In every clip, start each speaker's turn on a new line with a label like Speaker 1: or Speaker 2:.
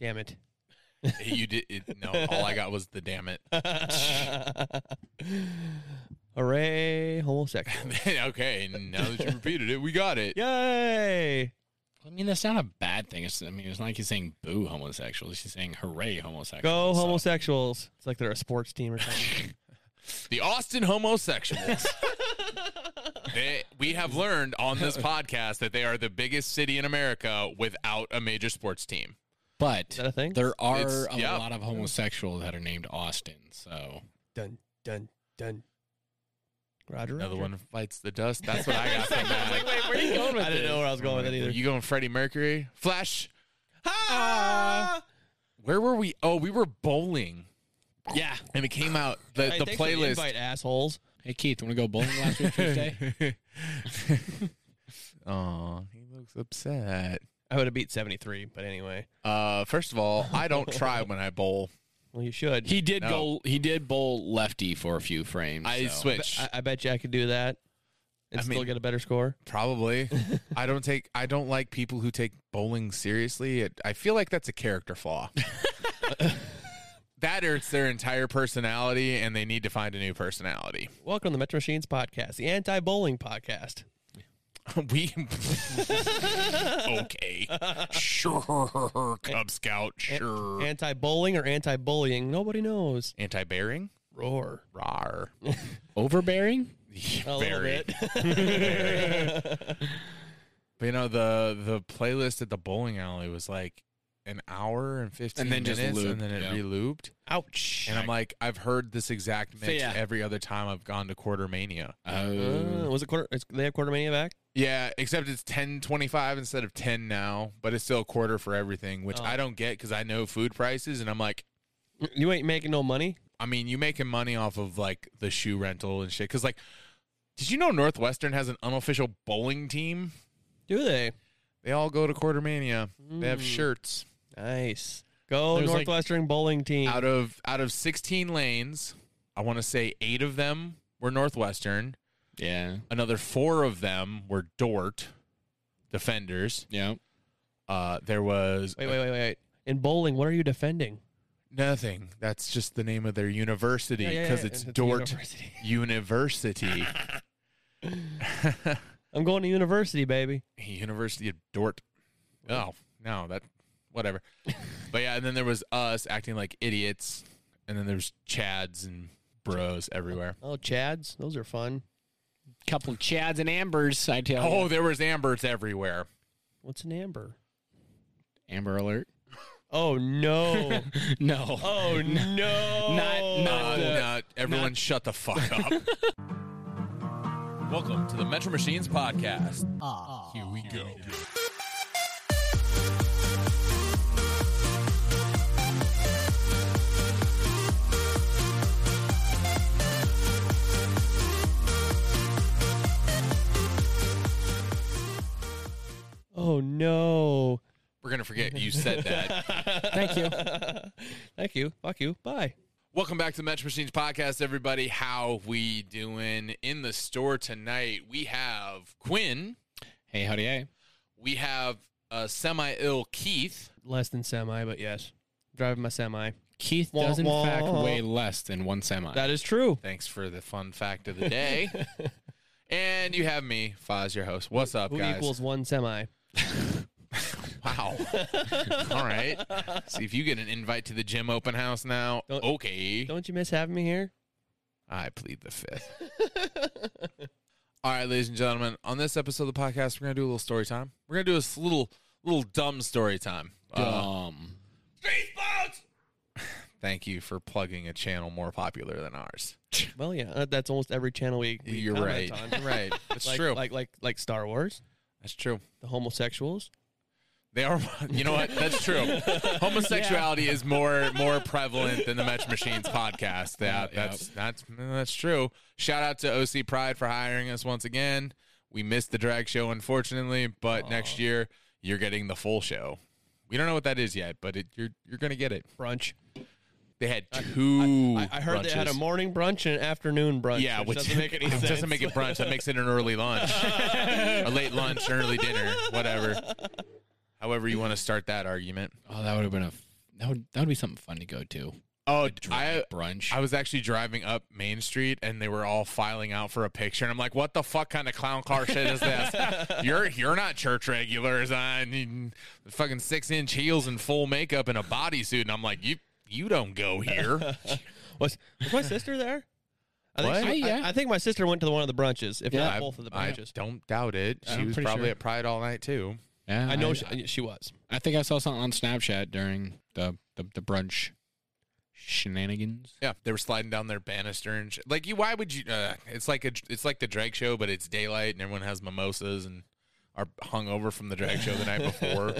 Speaker 1: Damn it.
Speaker 2: you did it, no. All I got was the damn it.
Speaker 1: Hooray, homosexual.
Speaker 2: okay, now that you repeated it, we got it.
Speaker 1: Yay.
Speaker 3: I mean, that's not a bad thing. It's, I mean, it's not like he's saying boo homosexuals. He's saying hooray homosexuals.
Speaker 1: Go
Speaker 3: So,
Speaker 1: homosexuals. It's like they're a sports team or something.
Speaker 2: The Austin homosexuals. they, we have learned on this podcast that they are the biggest city in America without a major sports team.
Speaker 3: But
Speaker 1: that a thing?
Speaker 3: there are
Speaker 2: It's-
Speaker 3: a
Speaker 2: yeah.
Speaker 3: lot of homosexuals that are named Austin. So
Speaker 1: dun, dun, dun. Roger.
Speaker 2: Another
Speaker 1: Roger.
Speaker 2: one bites the dust. That's what I got from that.
Speaker 1: Where are you going with I didn't know where I was going with it either.
Speaker 2: You going Freddie Mercury? Flash.
Speaker 1: Ah!
Speaker 2: Where were we? Oh, we were bowling,
Speaker 3: yeah.
Speaker 2: and it came out the,
Speaker 1: Hey,
Speaker 2: the
Speaker 1: thanks for the
Speaker 2: playlist.
Speaker 1: invite, assholes.
Speaker 3: Hey Keith, want to go bowling last week Tuesday?
Speaker 2: Oh, he looks upset.
Speaker 1: I would have beat 73, but anyway.
Speaker 2: Uh, first of all, I don't try when I bowl.
Speaker 1: Well, you should.
Speaker 3: He did
Speaker 2: No.
Speaker 3: go. He did bowl lefty for a few frames.
Speaker 2: I
Speaker 3: so.
Speaker 2: switch
Speaker 1: I, I bet you I could do that and
Speaker 2: I
Speaker 1: still
Speaker 2: mean-
Speaker 1: get a better score.
Speaker 2: probably. I don't take. I don't like people who take bowling seriously. It, I feel like that's a character flaw. that hurts their entire personality, and they need to find a new personality.
Speaker 1: Welcome to the Metro Machines podcast, the anti bowling podcast.
Speaker 2: we okay, sure, Cub Scout, sure.
Speaker 1: Anti bowling or anti bullying? Nobody knows.
Speaker 2: Anti bearing,
Speaker 1: Roar.
Speaker 2: rar,
Speaker 3: overbearing.
Speaker 1: A little
Speaker 2: Very.
Speaker 1: bit.
Speaker 2: But you know the the playlist at the bowling alley was like an hour and fifteen
Speaker 3: And then
Speaker 2: minutes,
Speaker 3: just
Speaker 2: and
Speaker 3: looped,
Speaker 2: then it
Speaker 3: yeah.
Speaker 2: re-looped.
Speaker 1: Ouch.
Speaker 2: And I'm like, I've heard this exact mix
Speaker 3: yeah.
Speaker 2: every other time I've gone to Quartermania.
Speaker 1: Uh,
Speaker 3: Oh,
Speaker 1: was it quarter? Is, they have Quartermania back?
Speaker 2: Yeah, except it's ten twenty five instead of ten now, but it's still a quarter for everything, which
Speaker 1: Oh.
Speaker 2: I don't get because I know food prices, and I'm like,
Speaker 1: You ain't making no money.
Speaker 2: I mean, you making money off of like the shoe rental and shit. Because like, did you know Northwestern has an unofficial bowling team?
Speaker 1: Do they?
Speaker 2: They all go to Quartermania. They have
Speaker 1: Mm.
Speaker 2: shirts.
Speaker 1: Nice. Go
Speaker 2: There's like-
Speaker 1: Northwestern bowling team.
Speaker 2: out of out of 16 lanes i want to say eight of them were northwestern
Speaker 3: yeah,
Speaker 2: another four of them were dort defenders
Speaker 3: yeah.
Speaker 2: uh there was
Speaker 1: Wait, wait, wait, wait, wait. In bowling, what are you defending?
Speaker 2: nothing that's just the name of their university
Speaker 1: Yeah,
Speaker 2: because
Speaker 1: yeah, yeah.
Speaker 2: it's,
Speaker 1: It's a
Speaker 2: dort
Speaker 1: university.
Speaker 2: university university,
Speaker 1: I'm going to university, baby.
Speaker 2: of dort oh no that whatever but yeah and then there was us acting like idiots and then there's chads and bros everywhere
Speaker 1: Oh, Chads, those are fun.
Speaker 3: Couple of Chads and Ambers. I tell
Speaker 2: oh
Speaker 3: you.
Speaker 2: there was ambers everywhere
Speaker 1: What's an amber?
Speaker 3: Amber Alert.
Speaker 1: Oh no!
Speaker 3: No.
Speaker 1: oh no!
Speaker 3: Not- not-
Speaker 2: Uh,
Speaker 3: the-
Speaker 2: no, everyone shut the fuck up. Welcome to the Metro Machines podcast.
Speaker 3: Ah,
Speaker 2: Here we go.
Speaker 1: Oh no!
Speaker 2: We're going to forget you said that.
Speaker 3: Thank you.
Speaker 1: Thank you. Fuck you. Bye.
Speaker 2: Welcome back to the Metro Machines podcast, everybody. How we doing? In the store tonight, we have Quinn.
Speaker 3: Hey, howdy, hey.
Speaker 2: We have uh, semi-ill Keith.
Speaker 1: Less than semi, but yes, driving my semi.
Speaker 3: Keith
Speaker 1: Wah,
Speaker 3: does in
Speaker 1: wah.
Speaker 3: fact weigh less than one semi.
Speaker 1: That is true.
Speaker 2: Thanks for the fun fact of the day. and you have me, Foz, your host. What's up,
Speaker 1: Who
Speaker 2: guys?
Speaker 1: equals one semi?
Speaker 2: Wow. All right. See if you get an invite to the gym open house now.
Speaker 1: Don't-
Speaker 2: okay.
Speaker 1: Don't you miss having me here?
Speaker 2: I plead the fifth. All right, ladies and gentlemen, on this episode of the podcast, we're gonna do a little story time. We're gonna do a s- little little dumb story time. Uh,
Speaker 3: um.
Speaker 2: thank you for plugging a channel more popular than ours.
Speaker 1: Well, yeah, uh, that's almost every channel we. we
Speaker 2: You're
Speaker 1: comment
Speaker 2: right.
Speaker 1: on.
Speaker 2: You're right. That's
Speaker 1: like,
Speaker 2: true.
Speaker 1: Like like like Star Wars,
Speaker 2: That's true.
Speaker 1: the homosexuals.
Speaker 2: They are. You know what? That's true. Homosexuality is more more prevalent than the Metro Machines podcast. That
Speaker 3: Yeah,
Speaker 2: that's that's that's true. Shout out to OC Pride for hiring us once again. We missed the drag show, unfortunately, but next year you're getting the full show. We don't know what that is yet, but it, you're you're gonna get it.
Speaker 1: Brunch.
Speaker 2: They had two.
Speaker 1: I, I heard they had a
Speaker 2: brunches.
Speaker 1: morning brunch and an afternoon brunch.
Speaker 2: Yeah,
Speaker 1: which,
Speaker 2: which
Speaker 1: doesn't make any
Speaker 2: it
Speaker 1: sense.
Speaker 2: Doesn't make it brunch. That makes it an early lunch, a late lunch, an early dinner, whatever. However, you want to start that argument.
Speaker 3: Oh, that would have been a That would that would be something fun to go to.
Speaker 2: Oh, I
Speaker 3: Drag brunch.
Speaker 2: I was actually driving up Main Street and they were all filing out for a picture, and I'm like, "What the fuck kind of clown car shit is this? you're you're not church regulars on fucking six inch heels and full makeup and a bodysuit." And I'm like, "You you don't go here."
Speaker 1: Was, was my sister there? I think,
Speaker 2: What?
Speaker 1: she-
Speaker 3: Yeah.
Speaker 1: I, I think my sister went to the one of the brunches, if
Speaker 3: Yeah.
Speaker 1: not both of the
Speaker 2: I
Speaker 1: brunches.
Speaker 2: don't doubt it. She
Speaker 3: I'm
Speaker 2: was
Speaker 3: pretty
Speaker 2: probably
Speaker 3: sure.
Speaker 2: at Pride all night too.
Speaker 3: yeah,
Speaker 1: I, know
Speaker 3: I,
Speaker 1: she, she was.
Speaker 3: I think I saw something on Snapchat during the the, the brunch shenanigans.
Speaker 2: Yeah, they were sliding down their banister and sh- like you. Why would you? Uh, it's like a it's like the drag show, but it's daylight and everyone has mimosas and are hung over from the drag show the night before.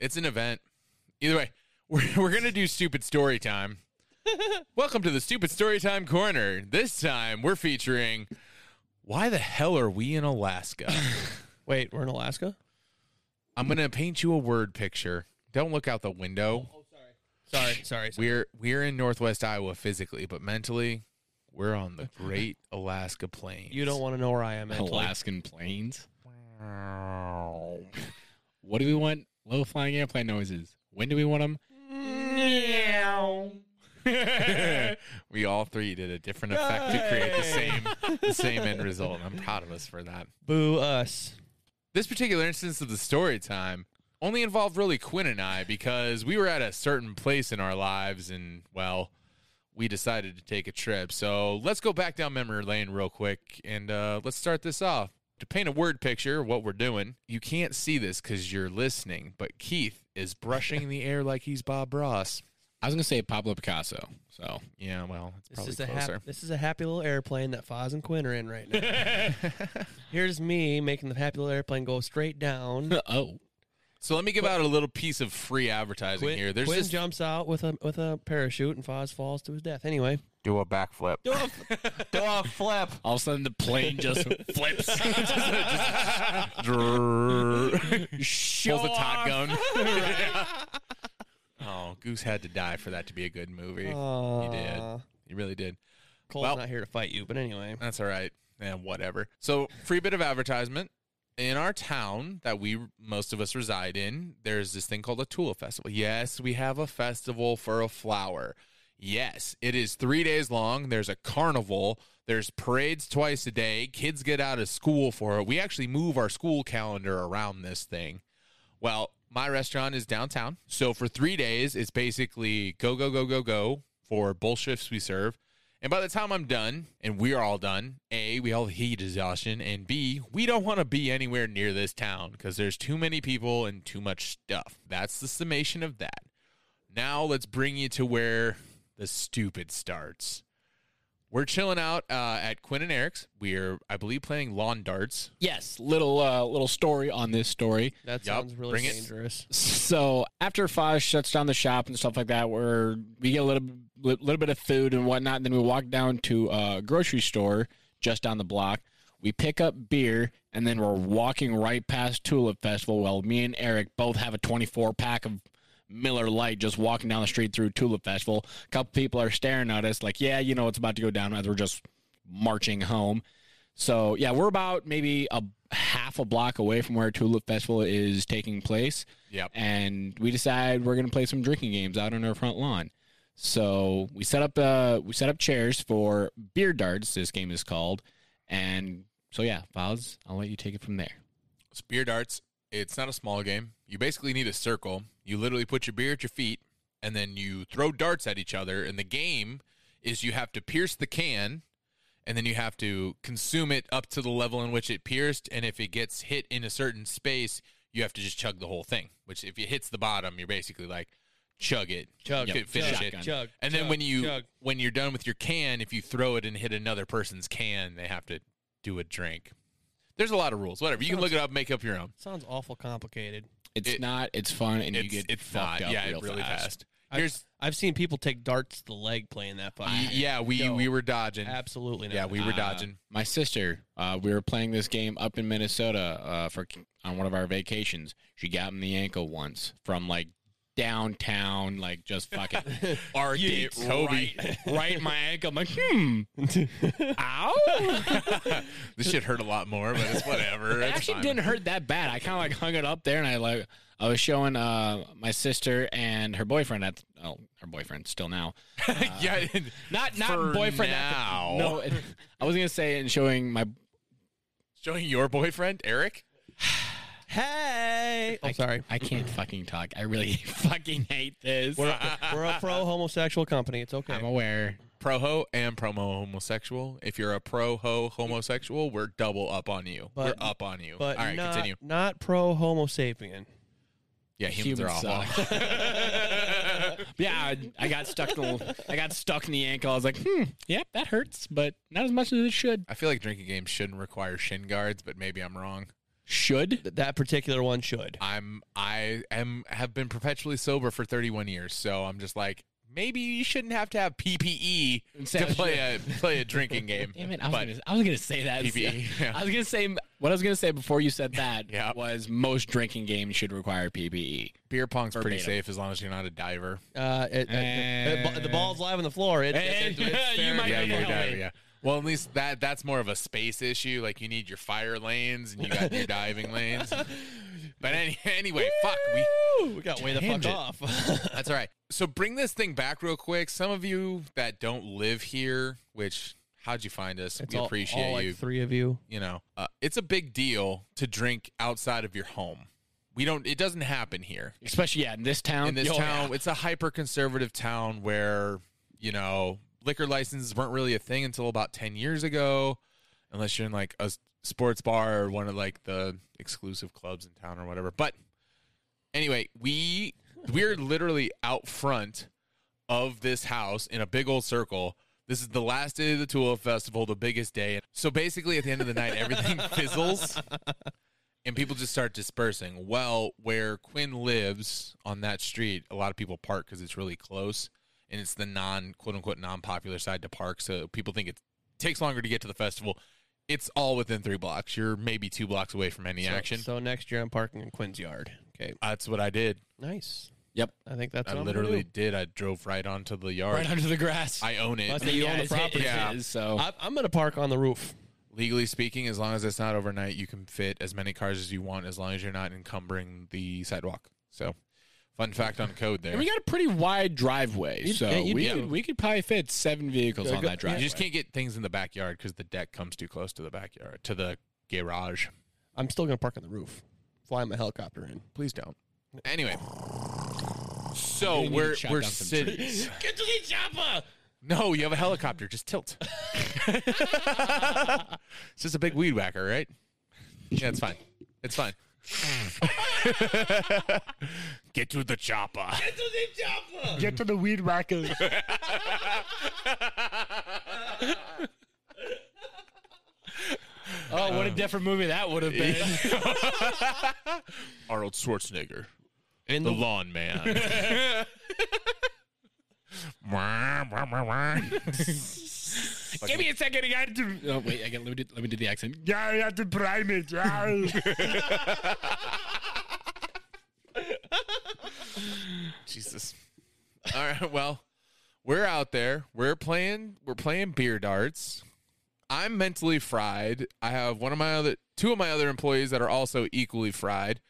Speaker 2: it's an event. Either way, we're we're gonna do stupid story time. Welcome to the stupid story time corner. This time we're featuring. Why the hell are we in Alaska?
Speaker 1: Wait, we're in Alaska?
Speaker 2: I'm gonna paint you a word picture. Don't look out the window.
Speaker 1: Sorry, sorry. sorry.
Speaker 2: We're we're in Northwest Iowa physically, but mentally, we're on the Great Alaska Plains.
Speaker 1: You don't want to know where I am mentally.
Speaker 3: Alaskan plains. What do we want? Low flying airplane noises. When do we want them?
Speaker 2: we all three did a different effect to create the same the same end result. I'm proud of us for that.
Speaker 1: Boo us.
Speaker 2: This particular instance of the story time only involved really Quinn and I because we were at a certain place in our lives and well, we decided to take a trip. So let's go back down memory lane real quick and uh, let's start this off. To paint a word picture, of what we're doing, you can't see this because you're listening, but Keith is brushing the air like he's Bob Ross.
Speaker 3: I was gonna say Pablo Picasso. So
Speaker 2: Yeah, well, it's
Speaker 1: This
Speaker 2: probably
Speaker 1: is, a
Speaker 2: closer.
Speaker 1: hap- this is a happy little airplane that Foz and Quinn are in right now. Here's me making the happy little airplane go straight down.
Speaker 3: oh,
Speaker 2: so let me give out a little piece of free advertising
Speaker 1: Quinn,
Speaker 2: here. There's
Speaker 1: Quinn
Speaker 2: this
Speaker 1: jumps out with a with a parachute and Foz falls to his death. Anyway,
Speaker 2: do a backflip.
Speaker 1: do a, do a flip.
Speaker 3: all of a sudden the plane just flips.
Speaker 2: pulls
Speaker 3: Show
Speaker 2: a Top
Speaker 3: off.
Speaker 2: Gun. oh, Goose had to die for that to be a good movie.
Speaker 1: Oh.
Speaker 2: he did. He really did.
Speaker 1: Cole's
Speaker 2: Well-
Speaker 1: not here to fight you, but anyway.
Speaker 2: That's all right. And whatever. So, free bit of advertisement. In our town that we most of us reside in, there's this thing called a tulip festival. Yes, we have a festival for a flower. Yes, it is three days long. There's a carnival. There's parades twice a day. Kids get out of school for it. We actually move our school calendar around this thing. Well, my restaurant is downtown. So for three days, it's basically go, go, go, go, go for both shifts we serve. And by the time I'm done, and we're all done, A, we all have heat exhaustion, and B, we don't want to be anywhere near this town because there's too many people and too much stuff. That's the summation of that. Now let's bring you to where the stupid starts. We're chilling out uh, at Quinn and Eric's. We're, I believe, playing lawn darts.
Speaker 3: Yes, little uh, little story on this story.
Speaker 1: That
Speaker 2: Yup,
Speaker 1: sounds really
Speaker 2: bring it.
Speaker 1: dangerous.
Speaker 3: So after Foz shuts down the shop and stuff like that, where we get a little little bit of food and whatnot, then we walk down to a grocery store just down the block. We pick up beer, and then we're walking right past Tulip Festival. Well, me and Eric both have a 24 pack of Miller Lite just walking down the street through Tulip Festival. A couple people are staring at us like, "Yeah, you know it's about to go down." As we're just marching home. So yeah, we're about maybe a half a block away from where Tulip Festival is taking place
Speaker 2: Yep.
Speaker 3: and we decide we're going to play some drinking games out on our front lawn. So we set up uh, we set up chairs for beer darts. This game is called, and so yeah, Files, I'll let you take it from there.
Speaker 2: Spear darts. It's not a small game. You basically need a circle. You literally put your beer at your feet, and then you throw darts at each other. And the game is you have to pierce the can, and then you have to consume it up to the level in which it pierced. And if it gets hit in a certain space, you have to just chug the whole thing. Which, if it hits the bottom, you're basically like, chug it,
Speaker 1: Chug,
Speaker 2: fi- finish
Speaker 3: chug,
Speaker 2: it.
Speaker 3: shotgun.
Speaker 1: Chug.
Speaker 2: And then
Speaker 1: chug,
Speaker 2: when you
Speaker 1: chug.
Speaker 2: when you're done with your can, if you throw it and hit another person's can, they have to do a drink. There's a lot of rules. Whatever. You can look it up, make up your own.
Speaker 1: Sounds awful complicated.
Speaker 3: It's
Speaker 2: It-
Speaker 3: not. It's fun, and you
Speaker 2: It's,
Speaker 3: get
Speaker 2: it's
Speaker 3: fucked
Speaker 2: not.
Speaker 3: up
Speaker 2: Yeah,
Speaker 3: real
Speaker 2: it really
Speaker 3: fast.
Speaker 2: fast.
Speaker 1: I've-
Speaker 2: Here's
Speaker 1: I've seen people take darts to the leg playing that fucking
Speaker 2: y-
Speaker 1: game.
Speaker 2: yeah, we
Speaker 1: No.
Speaker 2: we were dodging.
Speaker 1: Absolutely not. Oh,
Speaker 2: Yeah, we were
Speaker 3: Uh,
Speaker 2: dodging.
Speaker 3: My sister, uh, we were playing this game up in Minnesota uh, for on one of our vacations. She got in the ankle once from like downtown, like just fucking arc
Speaker 2: You
Speaker 3: it
Speaker 2: Kobe.
Speaker 3: right, right in my ankle. I'm like, hmm, ow.
Speaker 2: this shit hurt a lot more, but it's whatever.
Speaker 3: It
Speaker 2: It's
Speaker 3: actually
Speaker 2: fine.
Speaker 3: didn't hurt that bad. I kind of like hung it up there, and I like I was showing uh my sister and her boyfriend at oh her boyfriend still now
Speaker 2: yeah, it-
Speaker 3: not not
Speaker 2: For
Speaker 3: boyfriend
Speaker 2: now.
Speaker 3: At the, no, it- I was gonna say and showing my
Speaker 2: showing your boyfriend Eric.
Speaker 1: Hey, I'm sorry.
Speaker 3: I can't fucking talk. I really fucking hate this.
Speaker 1: We're a, we're a pro homosexual company. It's okay.
Speaker 3: I'm aware.
Speaker 2: Pro ho and promo homosexual. If you're a pro ho homosexual, we're double up on you.
Speaker 1: But-
Speaker 2: we're up on you.
Speaker 1: but
Speaker 2: All right,
Speaker 1: not,
Speaker 2: continue.
Speaker 1: not pro Homo sapien.
Speaker 2: Yeah, humans,
Speaker 3: Humans
Speaker 2: are awful.
Speaker 3: suck. yeah, I, I got stuck. In the, I got stuck in the ankle. I was like, hmm, yep, that hurts, but not as much as it should.
Speaker 2: I feel like drinking games shouldn't require shin guards, but maybe I'm wrong.
Speaker 3: Should
Speaker 1: Th- That particular one should.
Speaker 2: I'm I am have been perpetually sober for 31 years, so I'm just like maybe you shouldn't have to have PPE
Speaker 3: Instead
Speaker 2: to
Speaker 3: of
Speaker 2: play a play a drinking game.
Speaker 3: damn it. I was,
Speaker 2: But-
Speaker 3: gonna, I was gonna say that.
Speaker 2: PPE, yeah.
Speaker 3: I was gonna say what I was gonna say before you said that
Speaker 2: Yeah.
Speaker 3: was most drinking games should require E. PPE.
Speaker 2: Beer pong's pretty
Speaker 3: Verbatim.
Speaker 2: safe as long as you're not a diver.
Speaker 1: Uh, it, it-
Speaker 3: Eh.
Speaker 1: it- the ball's live on the floor. It,
Speaker 3: Eh,
Speaker 1: it- it's
Speaker 3: you
Speaker 1: fair
Speaker 3: might
Speaker 2: Yeah,
Speaker 1: game.
Speaker 3: be
Speaker 2: you're a
Speaker 3: help
Speaker 2: diver.
Speaker 3: me.
Speaker 2: Yeah. Well, at least that that's more of a space issue. Like you need your fire lanes and you got your diving lanes. But any, anyway, fuck. We
Speaker 1: Woo, we got way the fuck
Speaker 3: Tangent.
Speaker 1: off.
Speaker 2: That's all right. So bring this thing back real quick. Some of you that don't live here, which how'd you find us?
Speaker 1: It's
Speaker 2: we
Speaker 1: all-
Speaker 2: appreciate
Speaker 1: all,
Speaker 2: you.
Speaker 1: Like three of you.
Speaker 2: you know, uh, it's a big deal to drink outside of your home. We don't. It doesn't happen here
Speaker 3: Especially Oh, yeah, in this town.
Speaker 2: in this
Speaker 3: Yo,
Speaker 2: town. It's a hyper conservative town where you know liquor licenses weren't really a thing until about ten years ago, unless you're in like a s- sports bar or one of like the exclusive clubs in town or whatever. But anyway, we we're literally out front of this house in a big old circle. This is the last day of the Tulip Festival, the biggest day. So basically, at the end of the night, everything fizzles and people just start dispersing. Well, where Quinn lives on that street, a lot of people park because it's really close, and it's the non quote unquote non popular side to park. So people think it takes longer to get to the festival. It's all within three blocks. You're maybe two blocks away from any
Speaker 1: So-
Speaker 2: action.
Speaker 1: So, next year I'm parking in Quinn's yard. Okay,
Speaker 2: That's what I did.
Speaker 1: nice.
Speaker 3: Yep.
Speaker 1: I think that's.
Speaker 2: I
Speaker 1: what I'm gonna
Speaker 2: literally
Speaker 1: do.
Speaker 2: did. I drove right onto the yard.
Speaker 3: Right under the grass.
Speaker 2: I own it.
Speaker 1: Must be- you own the
Speaker 3: it's his-
Speaker 1: property.
Speaker 3: it's
Speaker 2: Yeah.
Speaker 3: his, So
Speaker 1: I, I'm gonna park on the roof.
Speaker 2: Legally speaking, as long as it's not overnight, you can fit as many cars as you want, as long as you're not encumbering the sidewalk. So, fun fact on code there.
Speaker 3: And we got a pretty wide driveway, so
Speaker 1: yeah, you
Speaker 3: we
Speaker 1: do.
Speaker 3: could we could probably fit seven vehicles
Speaker 1: Yeah,
Speaker 3: on
Speaker 1: go-
Speaker 3: that
Speaker 2: You
Speaker 3: driveway.
Speaker 2: just can't get things in the backyard because the deck comes too close to the backyard to the garage.
Speaker 1: I'm still gonna park on the roof. Fly my helicopter in.
Speaker 2: Please don't. Anyway, so
Speaker 3: Maybe you
Speaker 2: we're
Speaker 3: could chop
Speaker 2: we're
Speaker 3: down some
Speaker 2: sitting.
Speaker 3: trees.
Speaker 1: Get to the chopper.
Speaker 2: No, you have a helicopter. Just tilt. it's just a big weed whacker, right? Yeah, it's fine. It's fine. Get to the chopper.
Speaker 1: Get to the chopper.
Speaker 3: get to the weed whacker. oh,
Speaker 2: Um,
Speaker 3: what a different movie that would have been.
Speaker 2: Arnold Schwarzenegger,
Speaker 1: In the,
Speaker 2: Lawn Man.
Speaker 3: Give me a second. I got to. Oh wait, I got let me do, let me do the accent. Yeah, I got to prime it. Yeah.
Speaker 2: Jesus. All right. Well, we're out there. We're playing. We're playing beer darts. I'm mentally fried. I have one of my other, two of my other employees that are also equally fried.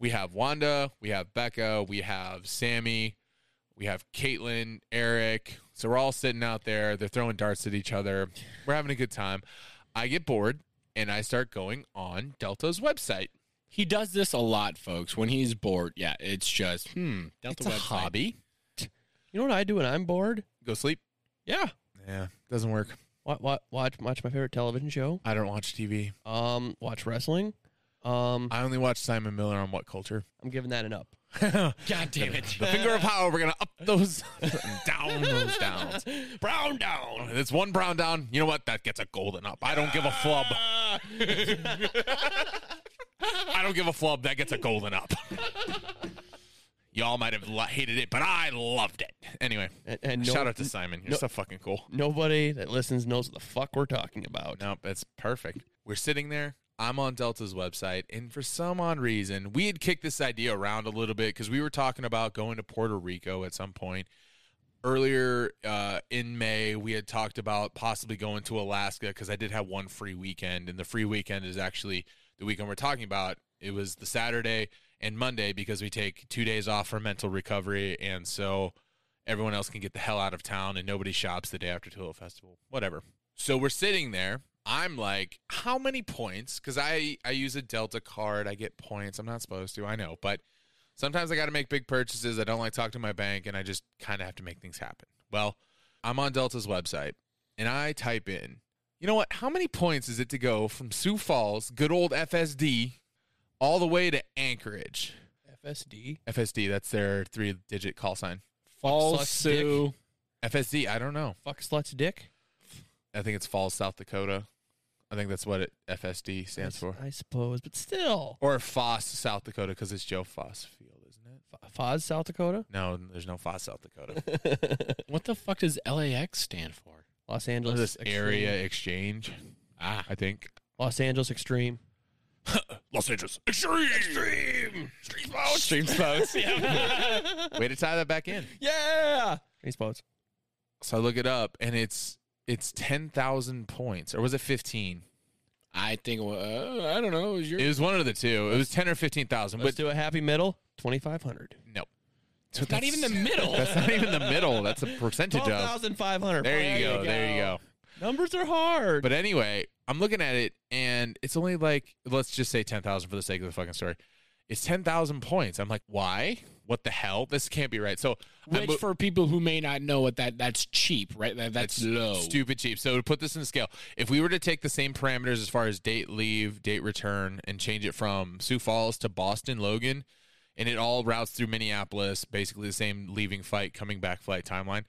Speaker 2: We have Wanda. We have Becca. We have Sammy. We have Caitlin, Eric. So we're all sitting out there. They're throwing darts at each other. We're having a good time. I get bored and I start going on Delta's website.
Speaker 3: he does this a lot, folks. When he's bored, yeah, it's just hmm. Delta
Speaker 2: It's a
Speaker 3: website.
Speaker 2: hobby.
Speaker 1: you know what I do when I'm bored?
Speaker 2: Go sleep.
Speaker 1: Yeah.
Speaker 2: Yeah, doesn't work.
Speaker 1: Watch, watch, watch my favorite television show.
Speaker 2: I don't watch TV.
Speaker 1: Um, watch wrestling. Um,
Speaker 2: I only watch Simon Miller on What Culture.
Speaker 1: I'm giving that an up.
Speaker 2: the
Speaker 3: God damn it.
Speaker 2: finger of power. We're gonna up those down those downs. Brown down. It's one brown down. You know what? That gets a golden up. I don't give a flub. I don't give a flub. That gets a golden up. Y'all might have lo- hated it, but I loved it. Anyway,
Speaker 1: And, and no,
Speaker 2: shout out to Simon. You're
Speaker 1: no-
Speaker 2: so fucking cool.
Speaker 1: nobody that listens knows what the fuck we're talking about.
Speaker 2: Nope, that's perfect. We're sitting there. I'm on Delta's website, and for some odd reason, we had kicked this idea around a little bit because we were talking about going to Puerto Rico at some point earlier uh, in May. We had talked about possibly going to Alaska because I did have one free weekend, and the free weekend is actually the weekend we're talking about. It was the Saturday and Monday because we take two days off for mental recovery, and so everyone else can get the hell out of town, and nobody shops the day after Tulip Festival. Whatever. So we're sitting there. I'm like, how many points? Because I I use a Delta card. I get points. I'm not supposed to. I know, but sometimes I got to make big purchases. I don't like talking to my bank, and I just kind of have to make things happen. Well, I'm on Delta's website, and I type in, you know what? How many points is it to go from Sioux Falls, good old FSD, all the way to Anchorage?
Speaker 1: FSD.
Speaker 2: FSD. That's their three-digit call sign.
Speaker 3: Falls,
Speaker 1: Sucks dick.
Speaker 3: Sioux.
Speaker 2: FSD. I don't know.
Speaker 1: Fuck sluts dick.
Speaker 2: I think it's Falls, South Dakota. I think that's what it, FSD stands
Speaker 1: I-
Speaker 2: for.
Speaker 1: I suppose, but still.
Speaker 2: Or Foss, South Dakota, because it's Joe Foss Field, isn't it?
Speaker 1: F- Foz, South Dakota.
Speaker 2: No, there's no Foss, South Dakota.
Speaker 3: What the fuck does LAX stand for?
Speaker 1: Los
Speaker 2: What
Speaker 1: Angeles
Speaker 2: is this
Speaker 1: Extreme.
Speaker 2: area exchange,
Speaker 3: Ah,
Speaker 2: I think.
Speaker 1: Los Angeles Extreme.
Speaker 2: Los Angeles extreme, extreme, stream boats, stream boats. Way to tie that back in.
Speaker 1: Yeah. These boats.
Speaker 2: So I look it up, and it's it's ten thousand points, or was it fifteen?
Speaker 3: I think uh, I don't know. Is your
Speaker 2: It was one of the two. It was ten or fifteen thousand.
Speaker 1: Let's
Speaker 2: But
Speaker 1: do a happy middle. Twenty five hundred.
Speaker 2: no,
Speaker 3: it's not even the middle.
Speaker 2: That's not even the middle. That's a percentage
Speaker 1: Twelve
Speaker 2: of.
Speaker 1: thousand five hundred.
Speaker 2: There you go. There you go.
Speaker 1: Numbers are hard.
Speaker 2: But anyway, I'm looking at it, and it's only like let's just say ten thousand for the sake of the fucking story. It's ten thousand points. I'm like, why? What the hell? This can't be right. So I
Speaker 3: Which
Speaker 2: mo-
Speaker 3: for people who may not know what that that's cheap, right? That, that's, low.
Speaker 2: stupid cheap. So to put this in scale, if we were to take the same parameters as far as date leave, date return, and change it from Sioux Falls to Boston Logan, and it all routes through Minneapolis, basically the same leaving flight, coming back flight timeline.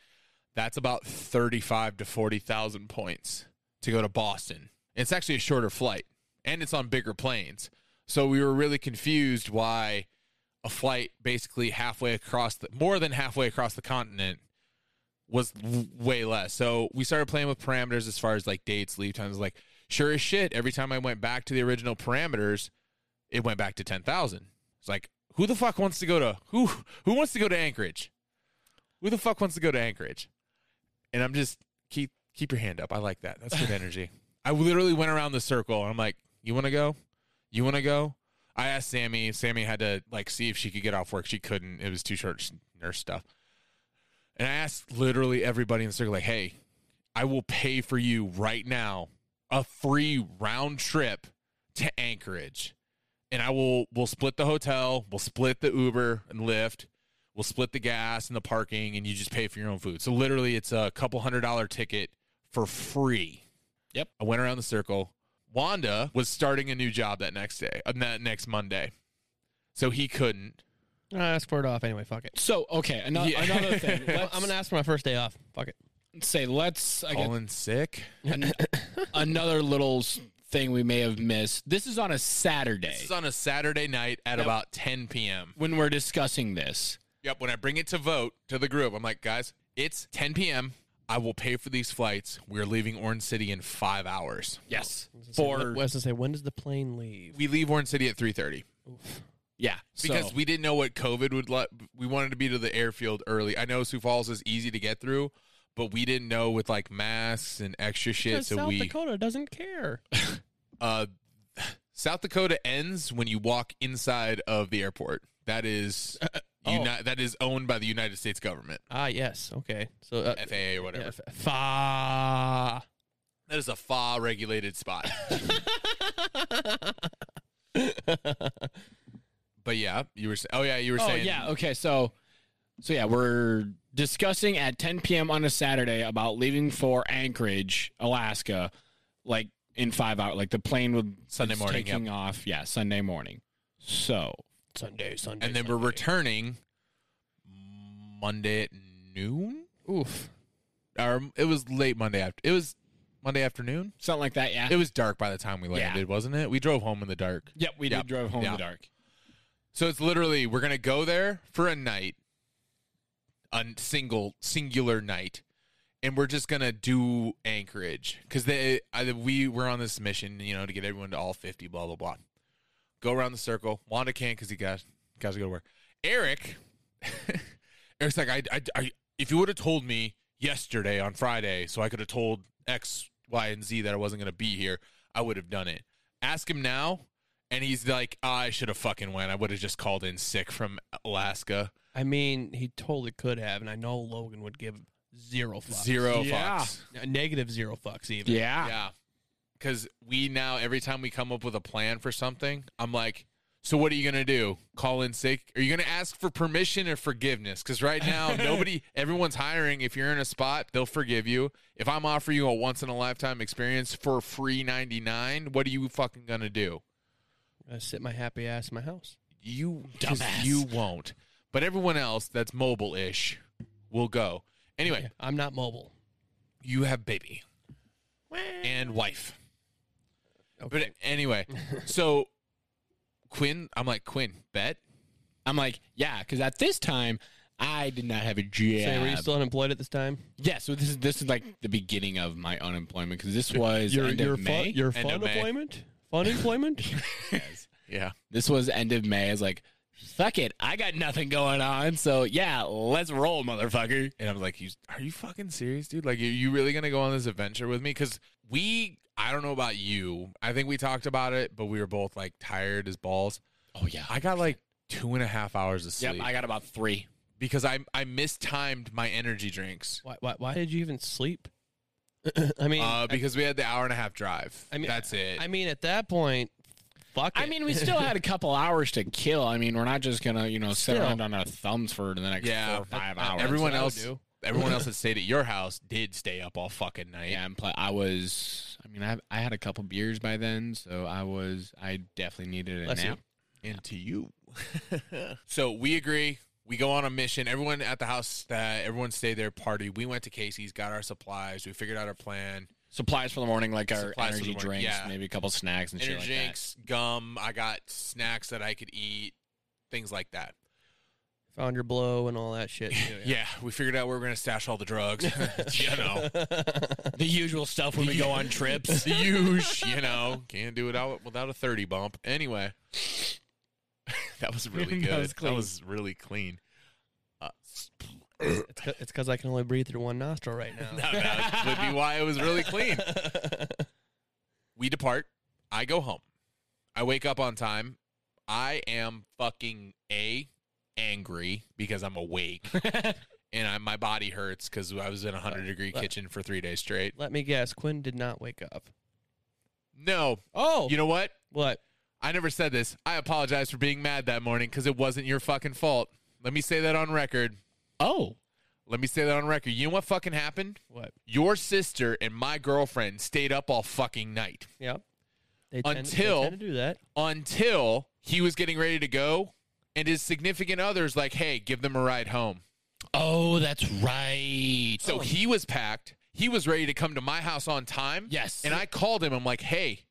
Speaker 2: That's about thirty-five to forty thousand points to go to Boston. It's actually a shorter flight, and it's on bigger planes. So we were really confused why a flight basically halfway across the more than halfway across the continent was w- way less. So we started playing with parameters as far as like dates, leave times. Like, sure as shit, every time I went back to the original parameters, it went back to ten thousand. It's like, who the fuck wants to go to who who wants to go to Anchorage? Who the fuck wants to go to Anchorage? And I'm just keep keep your hand up. I like that. That's good energy. I literally went around the circle and I'm like, you want to go? You want to go? I asked Sammy. Sammy had to like see if she could get off work. She couldn't. It was too short nurse stuff. And I asked literally everybody in the circle, like, hey, I will pay for you right now a free round trip to Anchorage. And I will we'll split the hotel, we'll split the Uber and Lyft, we'll split the gas and the parking, and you just pay for your own food. So literally it's a couple hundred dollar ticket for free.
Speaker 3: Yep.
Speaker 2: I went around the circle. Wanda was starting a new job that next day, uh, that next Monday. So he couldn't.
Speaker 1: I ask for it off anyway. Fuck it.
Speaker 3: So okay, another,
Speaker 2: Yeah.
Speaker 3: another thing.
Speaker 1: I'm
Speaker 3: Let's,
Speaker 1: I'm gonna ask for my first day off. Fuck it.
Speaker 3: say let's I guess,
Speaker 2: Calling sick.
Speaker 3: an-
Speaker 2: Oh.
Speaker 3: another little s- thing we may have missed. This is on a Saturday
Speaker 2: This is on a Saturday night at about 10 p.m.
Speaker 3: when we're discussing this.
Speaker 2: Yep. When I bring it to vote to the group, I'm like, guys, it's 10 p.m. I will pay for these flights. We're leaving Orange City in five hours.
Speaker 3: Yes,
Speaker 1: I was
Speaker 3: for
Speaker 1: gonna say, when does the plane leave?
Speaker 2: We leave Orange City at 3:30
Speaker 3: yeah,
Speaker 2: because
Speaker 3: so,
Speaker 2: we didn't know what COVID would let. We wanted to be to the airfield early. I know Sioux Falls is easy to get through, but we didn't know with like masks and extra shit.
Speaker 1: Because
Speaker 2: So
Speaker 1: South
Speaker 2: we
Speaker 1: Dakota doesn't care.
Speaker 2: uh, South Dakota ends when you walk inside of the airport. That is,
Speaker 1: oh.
Speaker 2: uni- that is owned by the United States government,
Speaker 1: ah, yes. Okay. So uh,
Speaker 2: FAA or whatever.
Speaker 1: yeah, f- fa.
Speaker 2: That is a FA regulated spot. but yeah, you were saying. Oh yeah, you were
Speaker 3: oh
Speaker 2: saying.
Speaker 3: yeah, okay, so so yeah, we're discussing at 10 p.m. on a Saturday about leaving for Anchorage, Alaska, like in five hours. Like the plane would
Speaker 2: Sunday
Speaker 3: is
Speaker 2: morning,
Speaker 3: taking off. Yeah, Sunday morning. So
Speaker 1: Sunday, Sunday.
Speaker 2: And then we're returning Monday at noon,
Speaker 1: Oof.
Speaker 2: or it was late Monday after. It was Monday afternoon.
Speaker 3: something like that. Yeah.
Speaker 2: It was dark by the time we
Speaker 3: Yeah.
Speaker 2: landed, wasn't it? We drove home in the dark.
Speaker 3: Yep, we
Speaker 2: Yep.
Speaker 3: did drive home in
Speaker 2: Yeah.
Speaker 3: the dark.
Speaker 2: So it's literally we're gonna go there for a night, a single singular night, and we're just gonna do Anchorage because they I, we were on this mission, you know, to get everyone to all fifty, blah blah blah. Go around the circle. Wanda can't because he got guys to go to work. Eric, Eric's like, I, I, I if you would have told me yesterday on Friday, so I could have told X, Y, and Z that I wasn't gonna be here, I would have done it. Ask him now, and he's like, "Ah, I should have fucking went. I would have just called in sick from Alaska.
Speaker 1: I mean, he totally could have, and I know Logan would give zero fucks.
Speaker 2: Zero
Speaker 3: Yeah. Ah.
Speaker 2: fucks.
Speaker 1: A Negative zero fucks, even.
Speaker 3: Yeah.
Speaker 2: Yeah. Because we now, every time we come up with a plan for something, I'm like, so what are you going to do? Call in sick? Are you going to ask for permission or forgiveness? Because right now, nobody, everyone's hiring. If you're in a spot, they'll forgive you. If I'm offering you a once in a lifetime experience for free 99, what are you fucking going to do?
Speaker 1: I sit my happy ass in my house.
Speaker 2: You 'cause
Speaker 3: Dumbass.
Speaker 2: You won't. But everyone else that's mobile ish will go. Anyway,
Speaker 1: Yeah, I'm not mobile.
Speaker 2: you have baby and wife. But anyway, so Quinn, I'm like Quinn, bet.
Speaker 3: I'm like, yeah, because at this time I did not have a job.
Speaker 1: Say, were you still unemployed at this time?
Speaker 3: yeah, so this is this is like the beginning of my unemployment because this was end
Speaker 1: your
Speaker 3: of May.
Speaker 1: fun, your
Speaker 2: End
Speaker 1: fun
Speaker 2: of May.
Speaker 1: employment? Fun employment?
Speaker 2: Yeah.
Speaker 3: this was end of May. I was like, fuck it, I got nothing going on, so yeah, let's roll, motherfucker.
Speaker 2: And I was like, you, are you fucking serious, dude? Like, are you really going to go on this adventure with me? Because we, I don't know about you. I think we talked about it, but we were both like tired as balls.
Speaker 3: Oh yeah,
Speaker 2: I got like two and a half hours of sleep
Speaker 3: yep, I got about three.
Speaker 2: because I, I mistimed my energy drinks.
Speaker 1: why, why, why did you even sleep? I mean,
Speaker 2: Uh, because we had the hour and a half drive.
Speaker 1: I mean,
Speaker 2: that's it.
Speaker 1: I mean, at that point, fuck
Speaker 3: I
Speaker 1: it.
Speaker 3: mean, we still had a couple hours to kill. I mean, we're not just gonna, you know, sit
Speaker 1: Still.
Speaker 3: around on our thumbs for the next
Speaker 2: Yeah.
Speaker 3: four or five
Speaker 2: Uh,
Speaker 3: hours.
Speaker 1: That's
Speaker 2: everyone
Speaker 1: what I would
Speaker 2: else,
Speaker 1: do.
Speaker 2: everyone else that stayed at your house did stay up all fucking night.
Speaker 3: Yeah, I'm pl- I was. I mean, I I had a couple beers by then, so I was. I definitely needed a
Speaker 1: Bless you.
Speaker 3: nap.
Speaker 2: into you. so we agree. We go on a mission. Everyone at the house, that everyone stayed there, party. We went to Casey's, got our supplies. We figured out our plan.
Speaker 3: Supplies for the morning, like our
Speaker 2: Supplies for
Speaker 3: energy
Speaker 2: the morning,
Speaker 3: drinks,
Speaker 2: yeah.
Speaker 3: maybe a couple snacks and
Speaker 2: Energy
Speaker 3: shit like that.
Speaker 2: drinks, gum. I got snacks that I could eat, things like that.
Speaker 1: found your blow and all that shit. too,
Speaker 2: Yeah, we figured out where we are going to stash all the drugs. you know,
Speaker 3: The usual stuff when we go on trips.
Speaker 2: the huge. You know, can't do it out without a thirty bump. Anyway, that was really good.
Speaker 3: That
Speaker 2: That was,
Speaker 3: was clean.
Speaker 2: really clean. Uh,
Speaker 1: It's 'cause- It's because I can only breathe through one nostril right now.
Speaker 2: that, that would be why it was really clean. We depart. I go home. I wake up on time. I am fucking a angry because I'm awake and I, my body hurts because I was in a hundred degree
Speaker 1: But-
Speaker 2: kitchen for three days straight.
Speaker 1: Let me guess. Quinn did not wake up.
Speaker 2: No,
Speaker 1: Oh,
Speaker 2: you know what?
Speaker 1: what?
Speaker 2: I never said this. I apologize for being mad that morning because it wasn't your fucking fault. Let me say that on record.
Speaker 3: oh,
Speaker 2: Let me say that on record. You know what fucking happened?
Speaker 1: What?
Speaker 2: Your sister and my girlfriend stayed up all fucking night.
Speaker 1: Yeah. They tend,
Speaker 2: Until-
Speaker 1: they tend to do that.
Speaker 2: until he was getting ready to go and his significant other's like, hey, give them a ride home.
Speaker 3: oh, that's right.
Speaker 1: Oh.
Speaker 3: Oh,
Speaker 2: So he was packed. He was ready to come to my house on time.
Speaker 3: Yes.
Speaker 2: And I called him. I'm like, hey,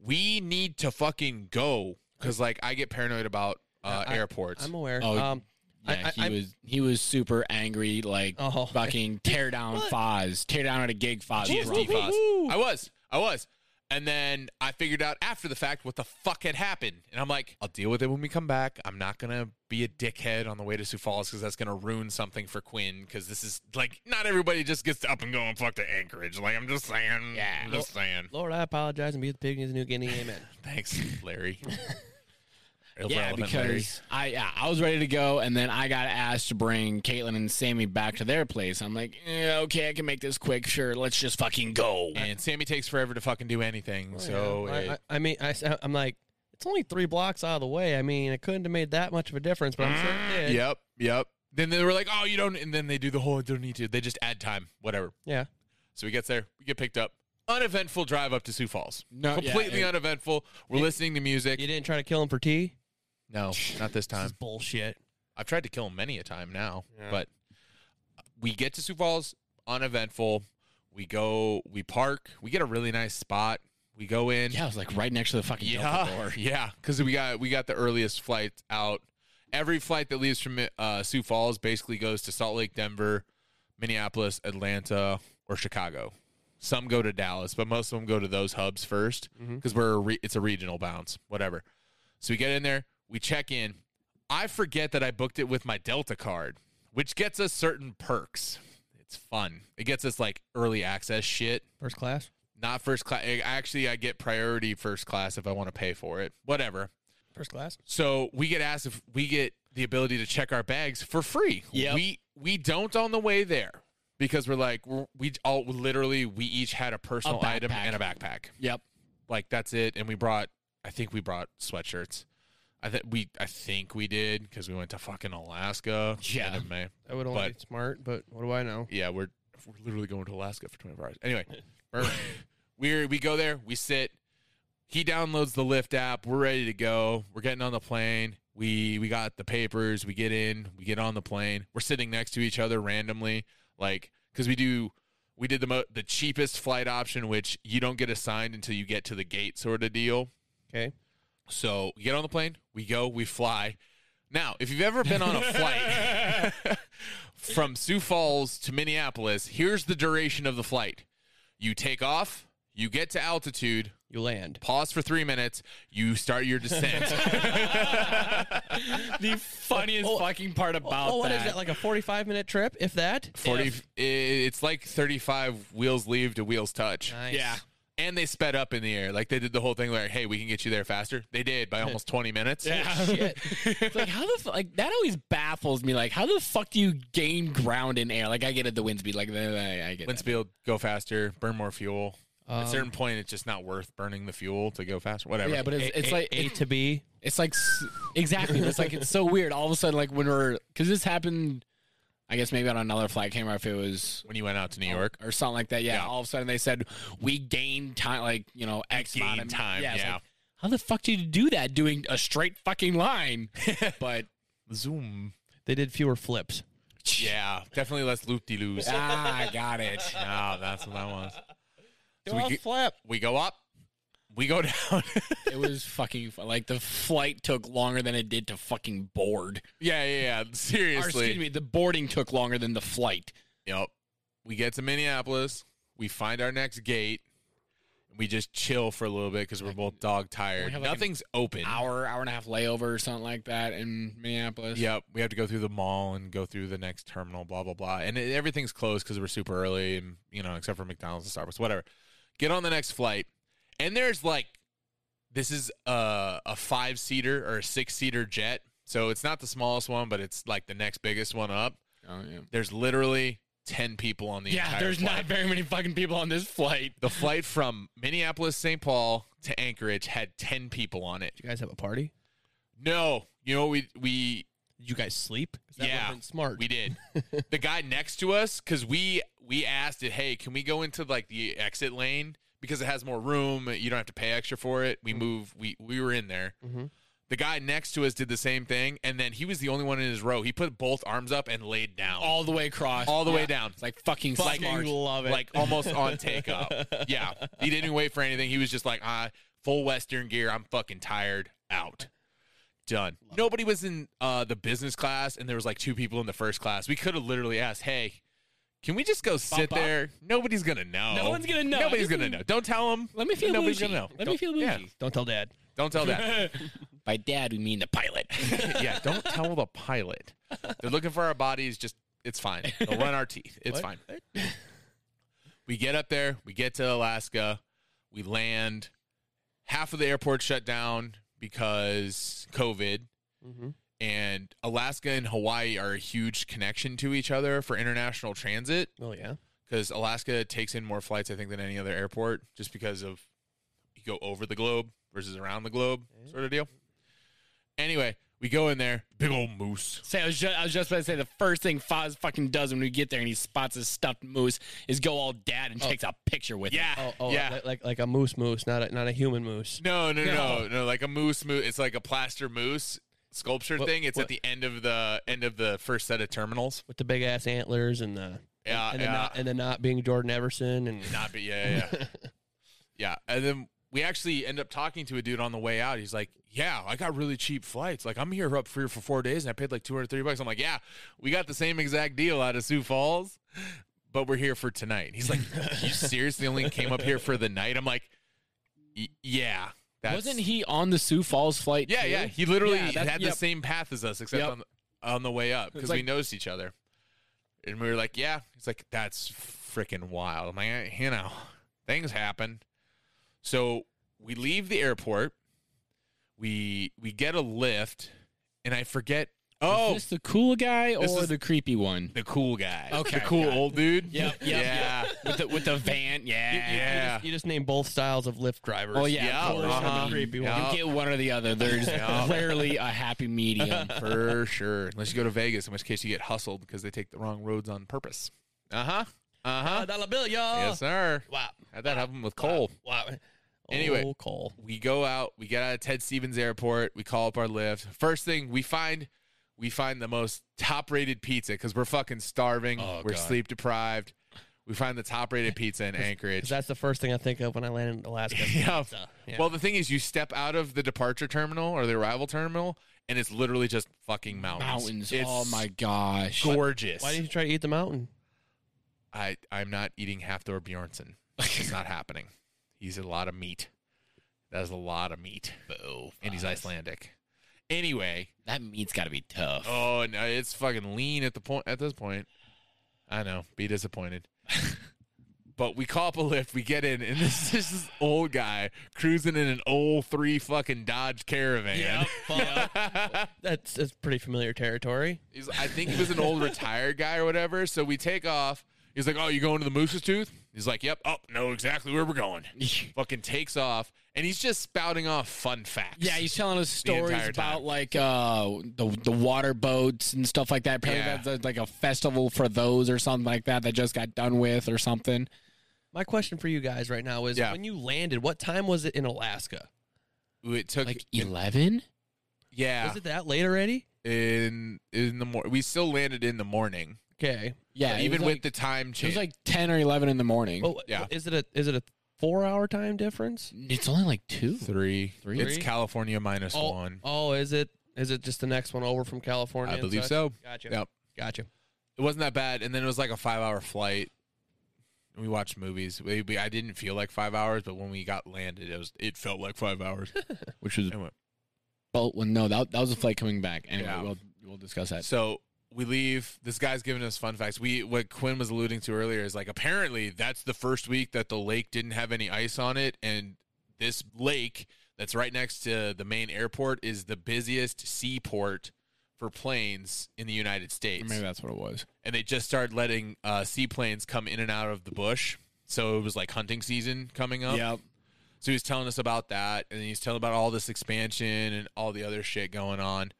Speaker 2: we need to fucking go. Cause like I get paranoid about uh,
Speaker 1: I-
Speaker 2: airports.
Speaker 1: I'm aware.
Speaker 3: Oh,
Speaker 1: um,
Speaker 3: yeah,
Speaker 1: I-
Speaker 3: he
Speaker 1: I- I'm-
Speaker 3: was he was super angry, like
Speaker 1: Oh.
Speaker 3: fucking tear down
Speaker 1: What?
Speaker 3: Foz, tear down at a gig Foz.
Speaker 2: GSD
Speaker 3: bro.
Speaker 2: Foz.
Speaker 1: Woo-hoo-hoo.
Speaker 2: I was. I was. And then I figured out after the fact what the fuck had happened. And I'm like, I'll deal with it when we come back. I'm not going to be a dickhead on the way to Sioux Falls because that's going to ruin something for Quinn because this is like, not everybody just gets up and go and fuck to Anchorage. Like, I'm just saying.
Speaker 3: Yeah.
Speaker 2: I'm just saying.
Speaker 1: Lord, I apologize and be the pig in New Guinea. Amen.
Speaker 2: Thanks, Larry.
Speaker 3: Yeah,
Speaker 2: Irrelevant, Larry.
Speaker 3: because I yeah, I was ready to go, and then I got asked to bring Caitlin and Sammy back to their place. I'm like, eh, okay, I can make this quick. Sure, let's just fucking go.
Speaker 2: And Sammy takes forever to fucking do anything. so,
Speaker 1: Oh, Yeah, I,
Speaker 2: it-
Speaker 1: I- I mean, I, am like, it's only three blocks out of the way. I mean, it couldn't have made that much of a difference, but I'm sure it did.
Speaker 2: yep, yep. Then they were like, oh, you don't. And then they do the whole, don't need to. They just add time, whatever.
Speaker 1: Yeah.
Speaker 2: So he gets there, we get picked up. Uneventful drive up to Sioux Falls.
Speaker 3: No, Oh, yeah,
Speaker 2: completely
Speaker 3: it-
Speaker 2: uneventful. We're listening to music.
Speaker 1: You didn't try to kill him for tea? Um,
Speaker 2: no, not this
Speaker 1: This
Speaker 2: time.
Speaker 1: is bullshit.
Speaker 2: I've tried to kill him many a time now,
Speaker 1: Yeah.
Speaker 2: but we get to Sioux Falls, uneventful. We go, we park, we get a really nice spot. We go in.
Speaker 3: Yeah, I was like right next to the fucking Delta
Speaker 2: Yeah,
Speaker 3: door.
Speaker 2: yeah, because we got we got the earliest flight out. Every flight that leaves from uh, Sioux Falls basically goes to Salt Lake, Denver, Minneapolis, Atlanta, or Chicago. Some go to Dallas, but most of them go to those hubs first
Speaker 1: Mhm.
Speaker 2: because we're a re- it's a regional bounce, whatever. So we get in there, we check in. I forget that I booked it with my Delta card, which gets us certain perks. It's fun. It gets us like early access shit
Speaker 1: First class.
Speaker 2: not first class. Actually, I get priority first class if I want to pay for it. Whatever.
Speaker 1: First class.
Speaker 2: So we get asked if we get the ability to check our bags for free.
Speaker 3: Yep.
Speaker 2: We we don't on the way there because we're like we're, we all literally we each had a personal item
Speaker 3: backpack.
Speaker 2: and a backpack.
Speaker 3: Yep.
Speaker 2: Like that's it. And we brought I think we brought sweatshirts. I think we I think we did because we went to fucking Alaska.
Speaker 3: Yeah.
Speaker 2: End of May.
Speaker 1: I would only
Speaker 2: But-
Speaker 1: be smart, but what do I know?
Speaker 2: Yeah, we're we're literally going to Alaska for 24 hours. Anyway, we we go there, we sit. He downloads the Lyft app. We're ready to go. We're getting on the plane. We we got the papers. We get in. We get on the plane. We're sitting next to each other randomly, like because we do. We did the mo- the cheapest flight option, which you don't get assigned until you get to the gate, sort of deal.
Speaker 1: Okay.
Speaker 2: So we get on the plane, we go, we fly. Now, if you've ever been on a flight from Sioux Falls to Minneapolis, here's the duration of the flight. You take off, you get to altitude,
Speaker 1: You land.
Speaker 2: pause for three minutes, you start your descent.
Speaker 3: the funniest
Speaker 1: Oh,
Speaker 3: fucking part about
Speaker 1: oh, what
Speaker 3: that.
Speaker 1: is that? Like a 45 minute trip, if that?
Speaker 2: 40, i- It's like 35 wheels leave to wheels touch.
Speaker 1: Nice.
Speaker 3: yeah.
Speaker 2: And they sped up in the air. Like they did the whole thing like, hey, we can get you there faster. They did by almost 20 minutes.
Speaker 3: Yeah.
Speaker 1: Shit.
Speaker 3: It's like how the f- like that always baffles me. Like how the fuck do you gain ground in air? Like I get it, the wind speed. Like I, I get
Speaker 2: Wind
Speaker 3: that.
Speaker 2: speed, go faster, burn more fuel. At
Speaker 1: Um,
Speaker 2: a certain point, it's just not worth burning the fuel to go faster. Whatever.
Speaker 3: Yeah, but it's,
Speaker 1: A-
Speaker 3: it's
Speaker 1: A-
Speaker 3: like
Speaker 1: A
Speaker 3: it's,
Speaker 1: to B.
Speaker 3: it's like s- exactly. It's like it's so weird. All of a sudden, like when we're because this happened, I guess maybe on another flight. Can't remember if it was
Speaker 2: when you went out to New York,
Speaker 3: or something like that. Yeah,
Speaker 2: Yeah.
Speaker 3: all of a sudden they said we gained time, like you know, X amount
Speaker 2: gain
Speaker 3: of
Speaker 2: time.
Speaker 3: it's
Speaker 2: Yeah,
Speaker 3: like, how the fuck did you do that doing a straight fucking line? but
Speaker 2: zoom.
Speaker 1: They did fewer flips.
Speaker 2: Yeah, definitely less loop de loos. Yeah,
Speaker 3: ah, I got it.
Speaker 2: that's what that was. So we, get-
Speaker 1: flip.
Speaker 2: we go up, we go down.
Speaker 3: It was fucking fu- like the flight took longer than it did to fucking board.
Speaker 2: yeah, yeah, yeah.
Speaker 3: Or excuse
Speaker 2: Seriously.
Speaker 3: me, the boarding took longer than the flight.
Speaker 2: Yep. We get to Minneapolis. We find our next gate. and We just chill for a little bit because we're both dog tired.
Speaker 3: have like an
Speaker 2: Nothing's open.
Speaker 3: Hour, hour and a half layover or something like that in Minneapolis.
Speaker 2: Yep, we have to go through the mall and go through the next terminal, blah blah blah, and it, everything's closed because we're super early, and you know, except for McDonald's and Starbucks, whatever. Get on the next flight, and there's like, this is a a five seater or a six seater jet, so it's not the smallest one, but it's like the next biggest one up.
Speaker 3: Oh, yeah.
Speaker 2: There's literally ten people on the
Speaker 3: Yeah,
Speaker 2: entire
Speaker 3: there's
Speaker 2: flight.
Speaker 3: not very many fucking people on this flight.
Speaker 2: the flight from Minneapolis St. Paul to Anchorage had ten people on it.
Speaker 1: You guys have a party?
Speaker 2: No, you know we we
Speaker 1: You guys sleep? 'Cause That
Speaker 2: Yeah.
Speaker 1: would've been smart.
Speaker 2: We did. the guy next to us, because we we asked it, hey, can we go into like the exit lane because it has more room? You don't have to pay extra for it. We move. We we were in there.
Speaker 1: Mhm.
Speaker 2: The guy next to us did the same thing, and then he was the only one in his row. He put both arms up and laid down all,
Speaker 3: All the way across.
Speaker 2: the way
Speaker 3: Oh, Yeah.
Speaker 2: down,
Speaker 3: It's like fucking
Speaker 2: Fucking
Speaker 3: smart.
Speaker 1: love it.
Speaker 2: like almost on take up. Yeah, he didn't wait for anything. He was just like, ah, full Western gear. I'm fucking tired. Out. Done. Nobody was in uh, the business class, and there was like two people in the first class. We could have literally asked, "Hey, can we just go sit
Speaker 3: up.
Speaker 2: there?" Nobody's gonna know.
Speaker 3: No one's gonna know.
Speaker 2: Nobody's
Speaker 3: Even-
Speaker 2: gonna know. Don't tell them.
Speaker 3: Let me feel
Speaker 2: Nobody's
Speaker 3: bougie.
Speaker 2: gonna know.
Speaker 3: Let me feel
Speaker 2: Don't-
Speaker 3: bougie.
Speaker 1: Don't tell dad.
Speaker 2: Don't tell that.
Speaker 3: By dad, we mean the pilot.
Speaker 2: yeah, don't tell the pilot. They're looking for our bodies. Just it's fine. They'll run our teeth. It's
Speaker 1: What?
Speaker 2: fine. We get up there. We get to Alaska. We land. Half of the airport shut down because COVID.
Speaker 1: Mhm.
Speaker 2: And Alaska and Hawaii are a huge connection to each other for international transit
Speaker 1: Oh, yeah.
Speaker 2: because Alaska takes in more flights, I think, than any other airport, just because of you go over the globe versus around the globe sort of deal. Anyway, we go in there, big old moose.
Speaker 3: Say, I was, just, I was just about to say the first thing Foz fucking does when we get there and he spots his stuffed moose is go all dad and takes a picture with
Speaker 2: Yeah,
Speaker 1: Oh, oh
Speaker 2: yeah.
Speaker 1: Like, like like a moose moose, not a, not a human moose.
Speaker 2: no, no, no, no, Like a moose, moose. It's like a plaster moose sculpture
Speaker 1: What-
Speaker 2: thing. It's
Speaker 1: what-
Speaker 2: at the end of the end of the first set of terminals.
Speaker 1: With the big ass antlers and the
Speaker 2: Yeah,
Speaker 1: and, the
Speaker 2: Uh, yeah.
Speaker 1: not and the not being Jordan Everson and
Speaker 2: Mm, Not, but yeah, yeah, yeah. yeah. And then we actually end up talking to a dude on the way out. He's like, "Yeah, I got really cheap flights. Like I'm here up for for four days, and I paid like two hundred thirty bucks." I'm like, "Yeah, we got the same exact deal out of Sioux Falls." but we're here for tonight. He's like, you seriously only came up here for the night? I'm like, "Y- yeah. That's,
Speaker 3: Wasn't he on the Sioux Falls flight?
Speaker 2: Yeah,
Speaker 3: too?
Speaker 2: yeah. He literally
Speaker 3: Yeah, that's-
Speaker 2: had the
Speaker 3: yep.
Speaker 2: same path as us, except
Speaker 3: Yep.
Speaker 2: on, the, on the way up because we
Speaker 3: like-
Speaker 2: noticed each other. And we were like, yeah. He's like, that's freaking wild. I'm like, "Eh, you know, things happen. So we leave the airport. We we get a lift, and I forget.
Speaker 3: Is
Speaker 2: Oh,
Speaker 3: this the cool guy
Speaker 2: This
Speaker 3: or
Speaker 2: is-
Speaker 3: the creepy one?
Speaker 2: the cool guy.
Speaker 3: Okay,
Speaker 2: the cool
Speaker 3: got it.
Speaker 2: old dude.
Speaker 3: Yep, yep,
Speaker 2: yeah.
Speaker 3: with the with the van, yeah.
Speaker 1: You
Speaker 2: Yeah.
Speaker 1: just, you just name both styles of Lyft drivers.
Speaker 3: Oh yeah,
Speaker 2: Yeah,
Speaker 3: of course.
Speaker 2: uh-huh.
Speaker 3: I mean,
Speaker 1: Creepy
Speaker 3: you
Speaker 2: one.
Speaker 3: get one or the other. There's
Speaker 2: Yeah.
Speaker 3: clearly a happy medium.
Speaker 2: For sure. Unless you go to Vegas, in which case you get hustled because they take the wrong roads on purpose. Uh huh. Uh huh.
Speaker 1: Uh, dollar bill, y'all.
Speaker 2: Yes, sir.
Speaker 1: Wow.
Speaker 2: Had that happen with Cole.
Speaker 1: Wow. wow.
Speaker 2: Anyway.
Speaker 1: Oh, Cole.
Speaker 2: We go out. We get out of Ted Stevens Airport. We call up our lift. First thing we find, we find the most top rated pizza because we're fucking starving.
Speaker 3: Oh,
Speaker 2: we're
Speaker 3: God.
Speaker 2: sleep deprived. We find the top rated pizza in
Speaker 1: 'Cause
Speaker 2: Anchorage.
Speaker 1: That's the first thing I think of when I land in Alaska.
Speaker 2: Yeah.
Speaker 1: Pizza. Yeah.
Speaker 2: Well, the thing is, you step out of the departure terminal or the arrival terminal, and it's literally just fucking mountains.
Speaker 3: Mountains.
Speaker 2: It's
Speaker 3: oh my gosh.
Speaker 2: gorgeous.
Speaker 1: why didn't you try to eat the mountain?
Speaker 2: I I'm not eating Halfdor Bjornsson. It's not happening. He's a lot of meat. That is a lot of meat. And he's Icelandic. Anyway,
Speaker 3: oh, That meat's got to be tough.
Speaker 2: oh no, it's fucking lean at the point at this point. I know, be disappointed. but we call up a lift, we get in, and this this is old guy cruising in an old three fucking Dodge Caravan.
Speaker 1: That's, that's pretty familiar territory.
Speaker 2: He's, I think he was an old retired guy or whatever. So we take off. He's like, "Oh, you going to the Moose's Tooth?" He's like, "Yep." Oh, know exactly where we're going. Fucking takes off, and he's just spouting off fun facts.
Speaker 3: Yeah, he's telling us stories
Speaker 2: entire
Speaker 3: about
Speaker 2: time.
Speaker 3: like uh, the the water boats and stuff like that. Apparently,
Speaker 2: Yeah.
Speaker 3: that's uh, like a festival for those or something like that that just got done with or something.
Speaker 1: My question for you guys right now is
Speaker 2: Yeah.
Speaker 1: when you landed, what time was it in Alaska?
Speaker 2: Ooh, it took
Speaker 3: Like eleven.
Speaker 2: yeah
Speaker 1: Was it that late already?
Speaker 2: in in the morning. We still landed in the morning,
Speaker 1: Okay.
Speaker 3: Yeah, it
Speaker 2: even with
Speaker 3: was
Speaker 2: Oh.
Speaker 3: like,
Speaker 2: the time
Speaker 3: it was
Speaker 2: change.
Speaker 3: like ten or eleven in the morning.
Speaker 1: Well,
Speaker 2: Yeah.
Speaker 1: Oh, Is it a is it a four hour time difference?
Speaker 3: it's only like two.
Speaker 2: three,
Speaker 3: Three?
Speaker 2: It's California minus
Speaker 1: Oh,
Speaker 2: one.
Speaker 1: oh, is it is it just the next one over from California?
Speaker 2: I
Speaker 1: and
Speaker 2: believe
Speaker 1: such?
Speaker 2: so.
Speaker 1: Gotcha.
Speaker 2: Yep.
Speaker 1: Gotcha.
Speaker 2: It wasn't that bad, and then it was like a five-hour flight. We watched movies. We, we, I didn't feel like five hours, but when we got landed, it was it felt like five hours.
Speaker 3: which was
Speaker 2: Anyway.
Speaker 3: well, well, no, that, that was a flight coming back. Anyway,
Speaker 2: Yeah.
Speaker 3: we'll we'll discuss that.
Speaker 2: So we leave. This guy's giving us fun facts. We what Quinn was alluding to earlier is like apparently that's the first week that the lake didn't have any ice on it, and this lake that's right next to the main airport is the busiest seaport for planes in the United States.
Speaker 3: Maybe that's what it was.
Speaker 2: And they just started letting uh, seaplanes come in and out of the bush, so it was like hunting season coming up.
Speaker 3: Yep.
Speaker 2: So he's telling us about that, and he's telling about all this expansion and all the other shit going on,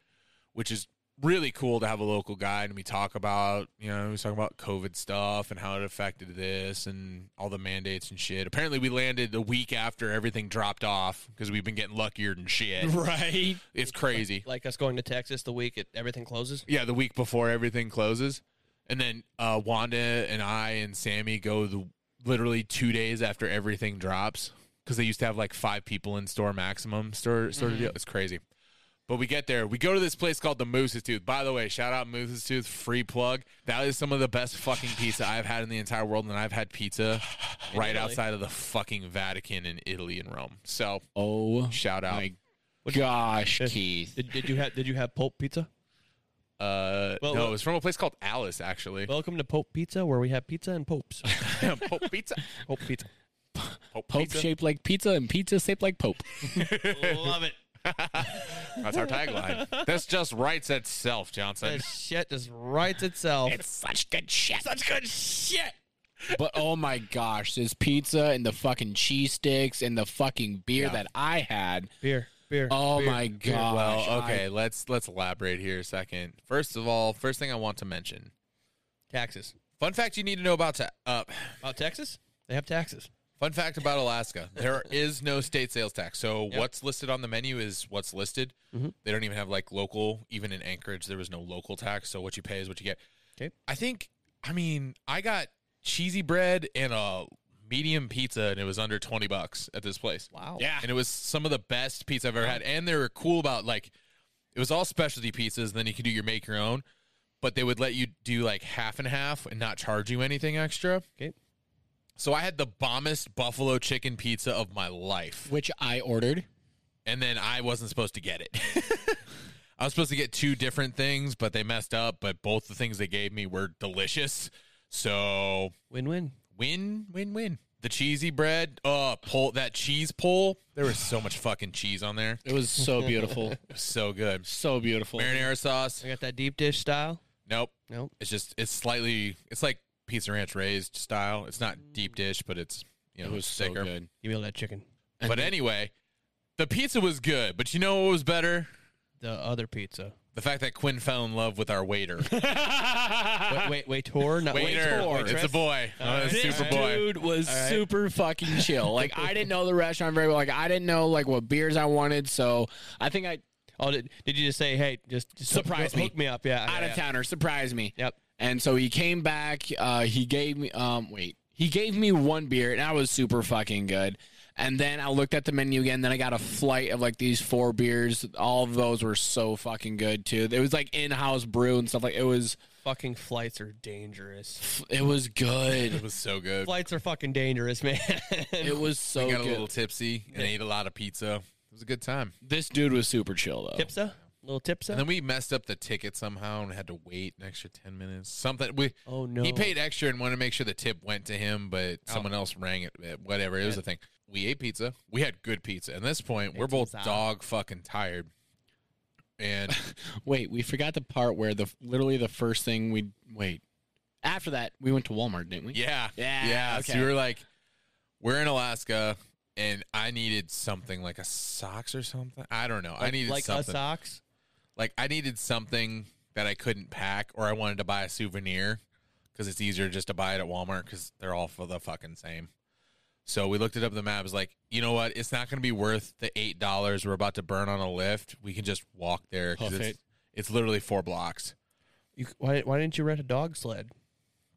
Speaker 2: which is really cool to have a local guy. And we talk about, you know, he's talking about COVID stuff and how it affected this and all the mandates and shit. Apparently, we landed the week after everything dropped off because we've been getting luckier than shit.
Speaker 3: Right.
Speaker 2: It's crazy.
Speaker 1: Like us going to Texas the week it, everything closes.
Speaker 2: Yeah, the week before everything closes, and then uh, Wanda and I and Sammy go the literally two days after everything drops because they used to have like five people in store maximum store
Speaker 1: Mm-hmm.
Speaker 2: sort of deal. It's crazy. But we get there. We go to this place called the Moose's Tooth. By the way, shout out Moose's Tooth, free plug. That is some of the best fucking pizza I've had in the entire world, and I've had pizza right
Speaker 1: Italy.
Speaker 2: outside of the fucking Vatican in Italy and Rome. So
Speaker 3: Oh
Speaker 2: shout out.
Speaker 3: my gosh, Keith.
Speaker 1: Did, did you have did you have Pope Pizza?
Speaker 2: uh,
Speaker 1: Well,
Speaker 2: no,
Speaker 1: well-
Speaker 2: it was from a place called Alice, actually.
Speaker 1: Welcome to Pope Pizza, where we have pizza and popes.
Speaker 2: Pope Pizza.
Speaker 1: Pope Pizza.
Speaker 2: Pope,
Speaker 3: Pope
Speaker 2: Pizza.
Speaker 3: shaped like pizza and pizza shaped like Pope.
Speaker 1: Love it.
Speaker 2: That's our tagline. this just writes itself, Johnson.
Speaker 1: That shit just writes itself.
Speaker 3: such good shit.
Speaker 2: That's good shit.
Speaker 3: But oh my gosh, this pizza and the fucking cheese sticks and the fucking beer
Speaker 2: Yeah.
Speaker 3: that I had.
Speaker 1: beer, beer.
Speaker 3: Oh
Speaker 1: beer,
Speaker 3: my
Speaker 1: beer.
Speaker 3: gosh.
Speaker 2: Well,
Speaker 3: I-
Speaker 2: okay, let's let's elaborate here a second. First of all, first thing I want to mention.
Speaker 1: Taxes.
Speaker 2: Fun fact you need to know about ta- uh,
Speaker 1: About Texas, they have taxes.
Speaker 2: fun fact about Alaska. There is no state sales tax. So
Speaker 1: Yep.
Speaker 2: what's listed on the menu is what's listed.
Speaker 1: Mhm.
Speaker 2: They don't even have like local even in Anchorage there was no local tax, so what you pay is what you get.
Speaker 1: 'Kay.
Speaker 2: I think I mean, I got cheesy bread and a medium pizza and it was under 20 bucks at this place.
Speaker 1: Wow.
Speaker 3: yeah.
Speaker 2: and it was some of the best pizza I've ever had. And they were cool about like it was all specialty pizzas. Then you could do your make your own, but they would let you do like half and half and not charge you anything extra.
Speaker 1: Okay.
Speaker 2: So I had the bombest buffalo chicken pizza of my life,
Speaker 3: which I ordered.
Speaker 2: and then I wasn't supposed to get it. I was supposed to get two different things, but they messed up. But both the things they gave me were delicious. So
Speaker 1: Win win.
Speaker 2: win, win, win. The cheesy bread, uh, pull that cheese pull. There was so much fucking cheese on there.
Speaker 3: It was so beautiful,
Speaker 2: It was so good.
Speaker 3: so beautiful.
Speaker 2: Marinara sauce.
Speaker 1: I got that deep dish style.
Speaker 2: Nope.
Speaker 1: Nope.
Speaker 2: It's just it's slightly it's like pizza ranch raised style. It's not deep dish, but it's you know
Speaker 3: It was so
Speaker 2: thicker.
Speaker 3: good.
Speaker 1: Give me all that chicken.
Speaker 2: But anyway, the pizza was good. But you know what was better?
Speaker 1: The other pizza.
Speaker 2: The fact that Quinn fell in love with our waiter. waiter,
Speaker 1: Wait, wait, wait, tour, not
Speaker 2: waiter.
Speaker 1: waitress.
Speaker 2: it's a boy, Uh,
Speaker 1: right.
Speaker 2: super
Speaker 1: All
Speaker 2: boy.
Speaker 3: Dude was
Speaker 1: All right.
Speaker 3: super fucking chill. Like I didn't know the restaurant very well. Like I didn't know like what beers I wanted, so I think I
Speaker 1: Oh, did, did you just say, hey, just, just hook-
Speaker 3: Surprise
Speaker 1: hook,
Speaker 3: me.
Speaker 1: me up? Yeah.
Speaker 3: out
Speaker 1: yeah,
Speaker 3: of towner surprised me.
Speaker 1: yeah. Yep.
Speaker 3: And so he came back. Uh, he gave me um wait he gave me one beer and I was super fucking good. And then I looked at the menu again. Then I got a flight of like these four beers. All of those were so fucking good too. It was like in house brew and stuff like it was.
Speaker 1: Fucking flights are dangerous.
Speaker 3: It was good.
Speaker 2: It was so good.
Speaker 1: Flights are fucking dangerous, man.
Speaker 3: It was so
Speaker 2: We
Speaker 3: good.
Speaker 2: got a little tipsy and ate a lot of pizza. It was a good time.
Speaker 3: this dude was super chill though.
Speaker 1: tipsa? Little tipsa?
Speaker 2: And then we messed up the ticket somehow and had to wait an extra ten minutes. Something we
Speaker 1: oh, no.
Speaker 2: He paid extra and wanted to make sure the tip went to him, but someone else rang it. it- Whatever. It was a thing. We ate pizza. We had good pizza. At this point, we're both
Speaker 1: Pizza.
Speaker 2: dog fucking tired. And
Speaker 3: Wait, we forgot the part where the literally the first thing we wait. After that, we went to Walmart, didn't we?
Speaker 2: yeah.
Speaker 3: Yeah,
Speaker 2: Yeah. So we
Speaker 3: okay.
Speaker 2: were like, we're in Alaska and I needed something like a socks or something. I don't know. I needed
Speaker 1: like
Speaker 2: something.
Speaker 1: a socks.
Speaker 2: like I needed something that I couldn't pack or I wanted to buy a souvenir because it's easier just to buy it at Walmart because they're all for the fucking same. So we looked it up on the map. It's like, you know what? It's not going to be worth the eight dollars we're about to burn on a lift. We can just walk there because
Speaker 3: Hoof
Speaker 2: it's,
Speaker 3: it.
Speaker 2: it's literally four blocks.
Speaker 1: You, why, why didn't you rent a dog sled?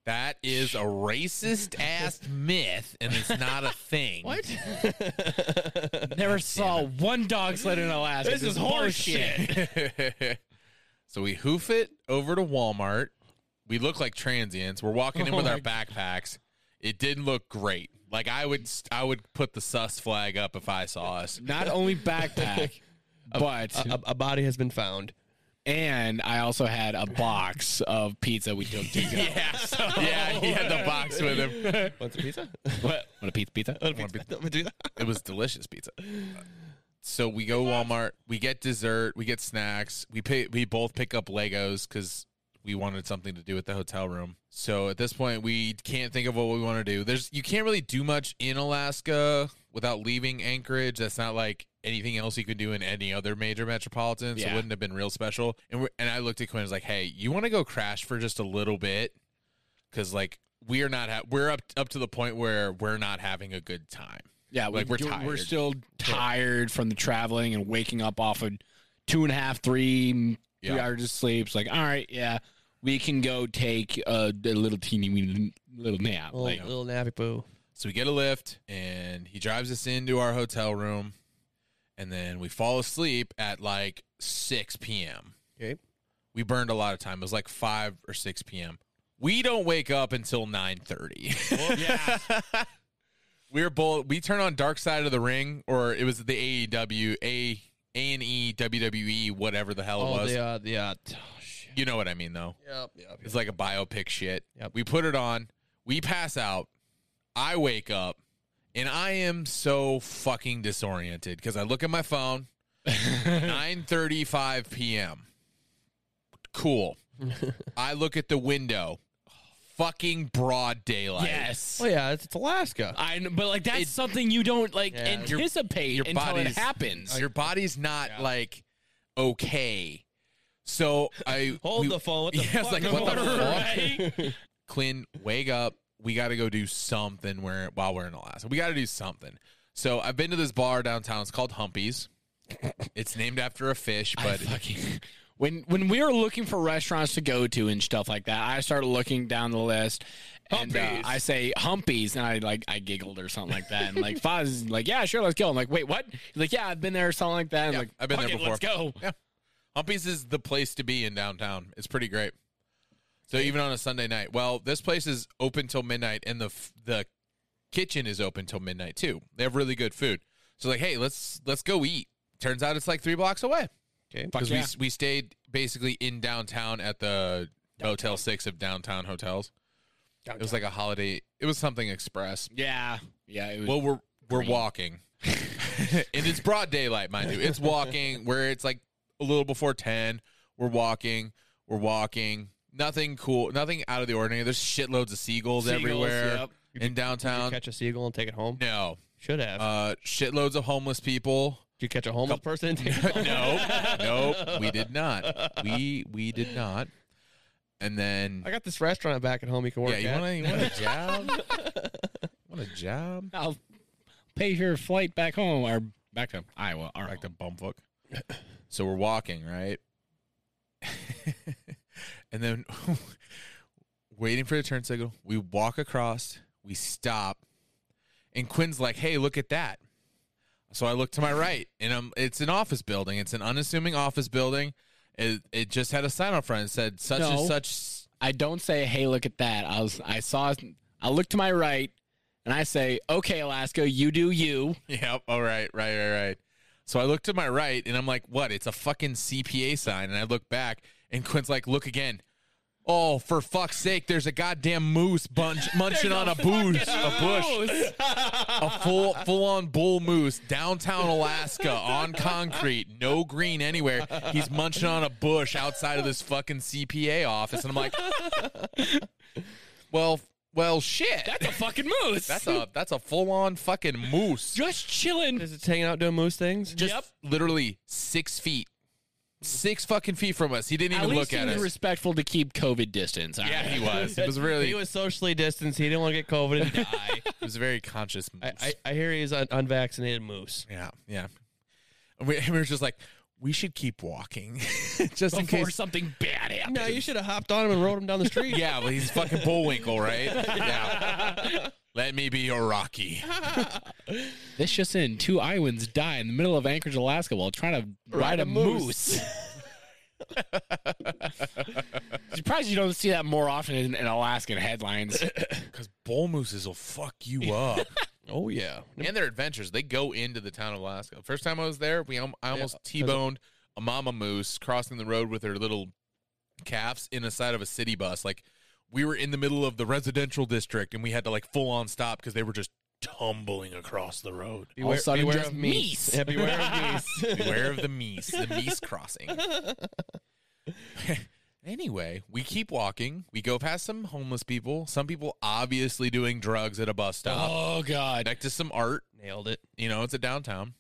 Speaker 2: That is a racist ass myth, and it's not a thing.
Speaker 3: What? Never saw one dog sled in Alaska.
Speaker 1: This is horse
Speaker 3: bullshit.
Speaker 2: so we hoof it over to Walmart. We look like transients. We're walking in
Speaker 3: Oh
Speaker 2: with
Speaker 3: my
Speaker 2: our backpacks. It didn't look great. Like I would, I would put the sus flag up if I saw us.
Speaker 3: Not only backpack, but
Speaker 1: A, a body has been found.
Speaker 3: and I also had a box of pizza we took to go.
Speaker 2: Yeah, yeah. He had the box with him.
Speaker 1: What's a pizza?
Speaker 3: What? Want a pizza? Pizza?
Speaker 2: It was delicious pizza. So we go Walmart. We get dessert. We get snacks. We pay. We both pick up Legos because we wanted something to do at the hotel room. So at this point, we can't think of what we want to do. There's you can't really do much in Alaska without leaving Anchorage. That's not like anything else you could do in any other major metropolitan. So
Speaker 3: Yeah.
Speaker 2: it wouldn't have been real special. And we're, and I looked at Quinn. I was like, Hey, you want to go crash for just a little bit? Because like we are not ha- we're up up to the point where we're not having a good time.
Speaker 3: Yeah,
Speaker 2: Like, we're
Speaker 3: We're
Speaker 2: tired.
Speaker 3: still tired from the traveling and waking up off of two and a half, three, three
Speaker 2: Yeah.
Speaker 3: hours of sleep. It's like, all right, yeah, we can go take a, a little teeny weeny little nap.
Speaker 1: little,
Speaker 3: Like,
Speaker 1: little nappy poo.
Speaker 2: So we get a lift and he drives us into our hotel room and then we fall asleep at like 6 p.m.
Speaker 1: Okay.
Speaker 2: We burned a lot of time. It was like 5 or 6 p.m. We don't wake up until 9:30.
Speaker 3: yeah,
Speaker 2: We're both we turn on Dark Side of the Ring or it was the AEW A E A&E WWE whatever the hell it
Speaker 1: Oh,
Speaker 2: was.
Speaker 1: the, uh, the, uh, t- oh, shit.
Speaker 2: You know what I mean though.
Speaker 1: Yep, yep, yep.
Speaker 2: It's like a biopic shit.
Speaker 1: Yep.
Speaker 2: We put it on. We pass out. I wake up, and I am so fucking disoriented because I look at my phone.
Speaker 1: Mm.
Speaker 2: Nine thirty-five p.m. Cool. I look at the window. Fucking broad daylight.
Speaker 3: yes.
Speaker 1: Oh, yeah, it's, it's Alaska.
Speaker 3: I know, but like that's something you don't like
Speaker 1: Yeah. Your-
Speaker 3: anticipate
Speaker 2: your
Speaker 3: until it
Speaker 2: body's-
Speaker 3: happens.
Speaker 2: Your body's not like okay. So I
Speaker 1: Hold
Speaker 2: we-
Speaker 1: the phone. What the
Speaker 2: Yeah, I was
Speaker 1: fuck?
Speaker 2: like, what the fuck?
Speaker 3: Right?
Speaker 2: Clint, wake up. We got to go do something where, while we're in Alaska. We got to do something. So I've been to this bar downtown. It's called Humpies. It's named after a fish,
Speaker 3: I
Speaker 2: but
Speaker 3: fucking- when when we were looking for restaurants to go to and stuff like that, I started looking down the list, and uh,
Speaker 2: Humpies.
Speaker 3: I say Humpies, and I like I giggled or something like that, and like Foz is like, yeah, sure, let's go. I'm like, wait, what? He's like, yeah, I've been there or something like that. I'm
Speaker 2: Yeah,
Speaker 3: like,
Speaker 2: I've been
Speaker 3: "Fuck
Speaker 2: there
Speaker 3: it, Let's go.
Speaker 2: Humpies is the place to be in downtown. It's pretty great. So even on a Sunday night, well, this place is open till midnight, and the f- the kitchen is open till midnight too. They have really good food. So like, hey, let's let's go eat. Turns out it's like three blocks away
Speaker 1: Okay.
Speaker 3: Fuck
Speaker 2: because
Speaker 3: yeah.
Speaker 2: we we stayed basically in downtown at the Hotel Six of downtown hotels. It was like a holiday. It was something express.
Speaker 3: yeah, yeah. It was,
Speaker 2: Well, we're we're
Speaker 3: Green.
Speaker 2: walking, and it's broad daylight, mind you. It's walking where it's like a little before ten. We're walking. We're walking. Nothing cool. Nothing out of the ordinary. There's shitloads of seagulls, everywhere
Speaker 3: yep.
Speaker 2: in downtown.
Speaker 1: catch a seagull and take it home.
Speaker 2: no,
Speaker 1: Should have.
Speaker 2: uh, shitloads of homeless people.
Speaker 1: Did you catch a homeless person? And take it home?
Speaker 2: nope, nope. We did not. We we did not. And then
Speaker 1: I got this restaurant back at home. You can work
Speaker 2: yeah, you
Speaker 1: at.
Speaker 2: want to you want a job? want a job?
Speaker 3: I'll pay your flight back home or back to Iowa. All right.
Speaker 2: back to Bumfuck. so we're walking, right? and then waiting for the turn signal, we walk across, we stop, and Quinn's like, "Hey, look at that." So I look to my right, and I'm, it's an office building. It's an unassuming office building. It, it just had a sign on front. It said such
Speaker 3: No.
Speaker 2: and such.
Speaker 3: I don't say, "Hey, look at that." I was, I saw, I look to my right, and I say, "Okay, Alaska, you do you."
Speaker 2: Yep. All right. Right. Right. Right. So I look to my right, and I'm like, "What? It's a fucking CPA sign." And I look back, and Quinn's like, "Look again." Oh, for fuck's sake! There's a goddamn moose bunch munching on a bush, a bush, a full full on bull moose, downtown Alaska, on concrete, no green anywhere. He's munching on a bush outside of this fucking CPA office, and I'm like, well, well, shit.
Speaker 3: That's a fucking moose.
Speaker 2: That's a that's a full on fucking moose.
Speaker 3: just chilling.
Speaker 1: Is it hanging out doing moose things?
Speaker 2: just
Speaker 3: Yep.
Speaker 2: literally six feet, six fucking feet from us. He didn't
Speaker 3: At
Speaker 2: even look
Speaker 3: least he
Speaker 2: at
Speaker 3: was
Speaker 2: us.
Speaker 3: respectful to keep COVID distance. all
Speaker 2: yeah,
Speaker 3: right?
Speaker 2: he was. It was really.
Speaker 1: He was socially distanced. He didn't want to get COVID and die.
Speaker 2: It was a very conscious. Moose.
Speaker 1: I, I, I hear he's an unvaccinated moose.
Speaker 2: yeah, yeah. And we, and we were just like, we should keep walking, just in
Speaker 3: Before
Speaker 2: case.
Speaker 3: something bad happens.
Speaker 1: No, you should have hopped on him and rode him down the street.
Speaker 2: Yeah, well, he's fucking Bullwinkle, right? Yeah. Let me be your Rocky.
Speaker 3: This just in: two Iowans die in the middle of Anchorage, Alaska, while trying to ride, a, moose. Surprised you don't see that more often in, in Alaskan headlines.
Speaker 2: Because bull mooses will fuck you up.
Speaker 1: Oh yeah.
Speaker 2: and their adventures, they go into the town of Alaska. First time I was there, we al- I almost T-boned a mama moose crossing the road with her little calves in the side of a city bus. Like we were in the middle of the residential district, and we had to like full on stop because they were just tumbling across the road.
Speaker 1: Beware,
Speaker 3: All of a sudden,
Speaker 1: beware
Speaker 3: just
Speaker 1: of meese.
Speaker 3: meese.
Speaker 1: Yeah, beware of meese.
Speaker 2: Beware of the meese, the meese crossing. anyway, we keep walking. We go past some homeless people. Some people obviously doing drugs at a bus stop.
Speaker 3: Oh God!
Speaker 2: Next to some art.
Speaker 1: Nailed it.
Speaker 2: you know, it's a downtown.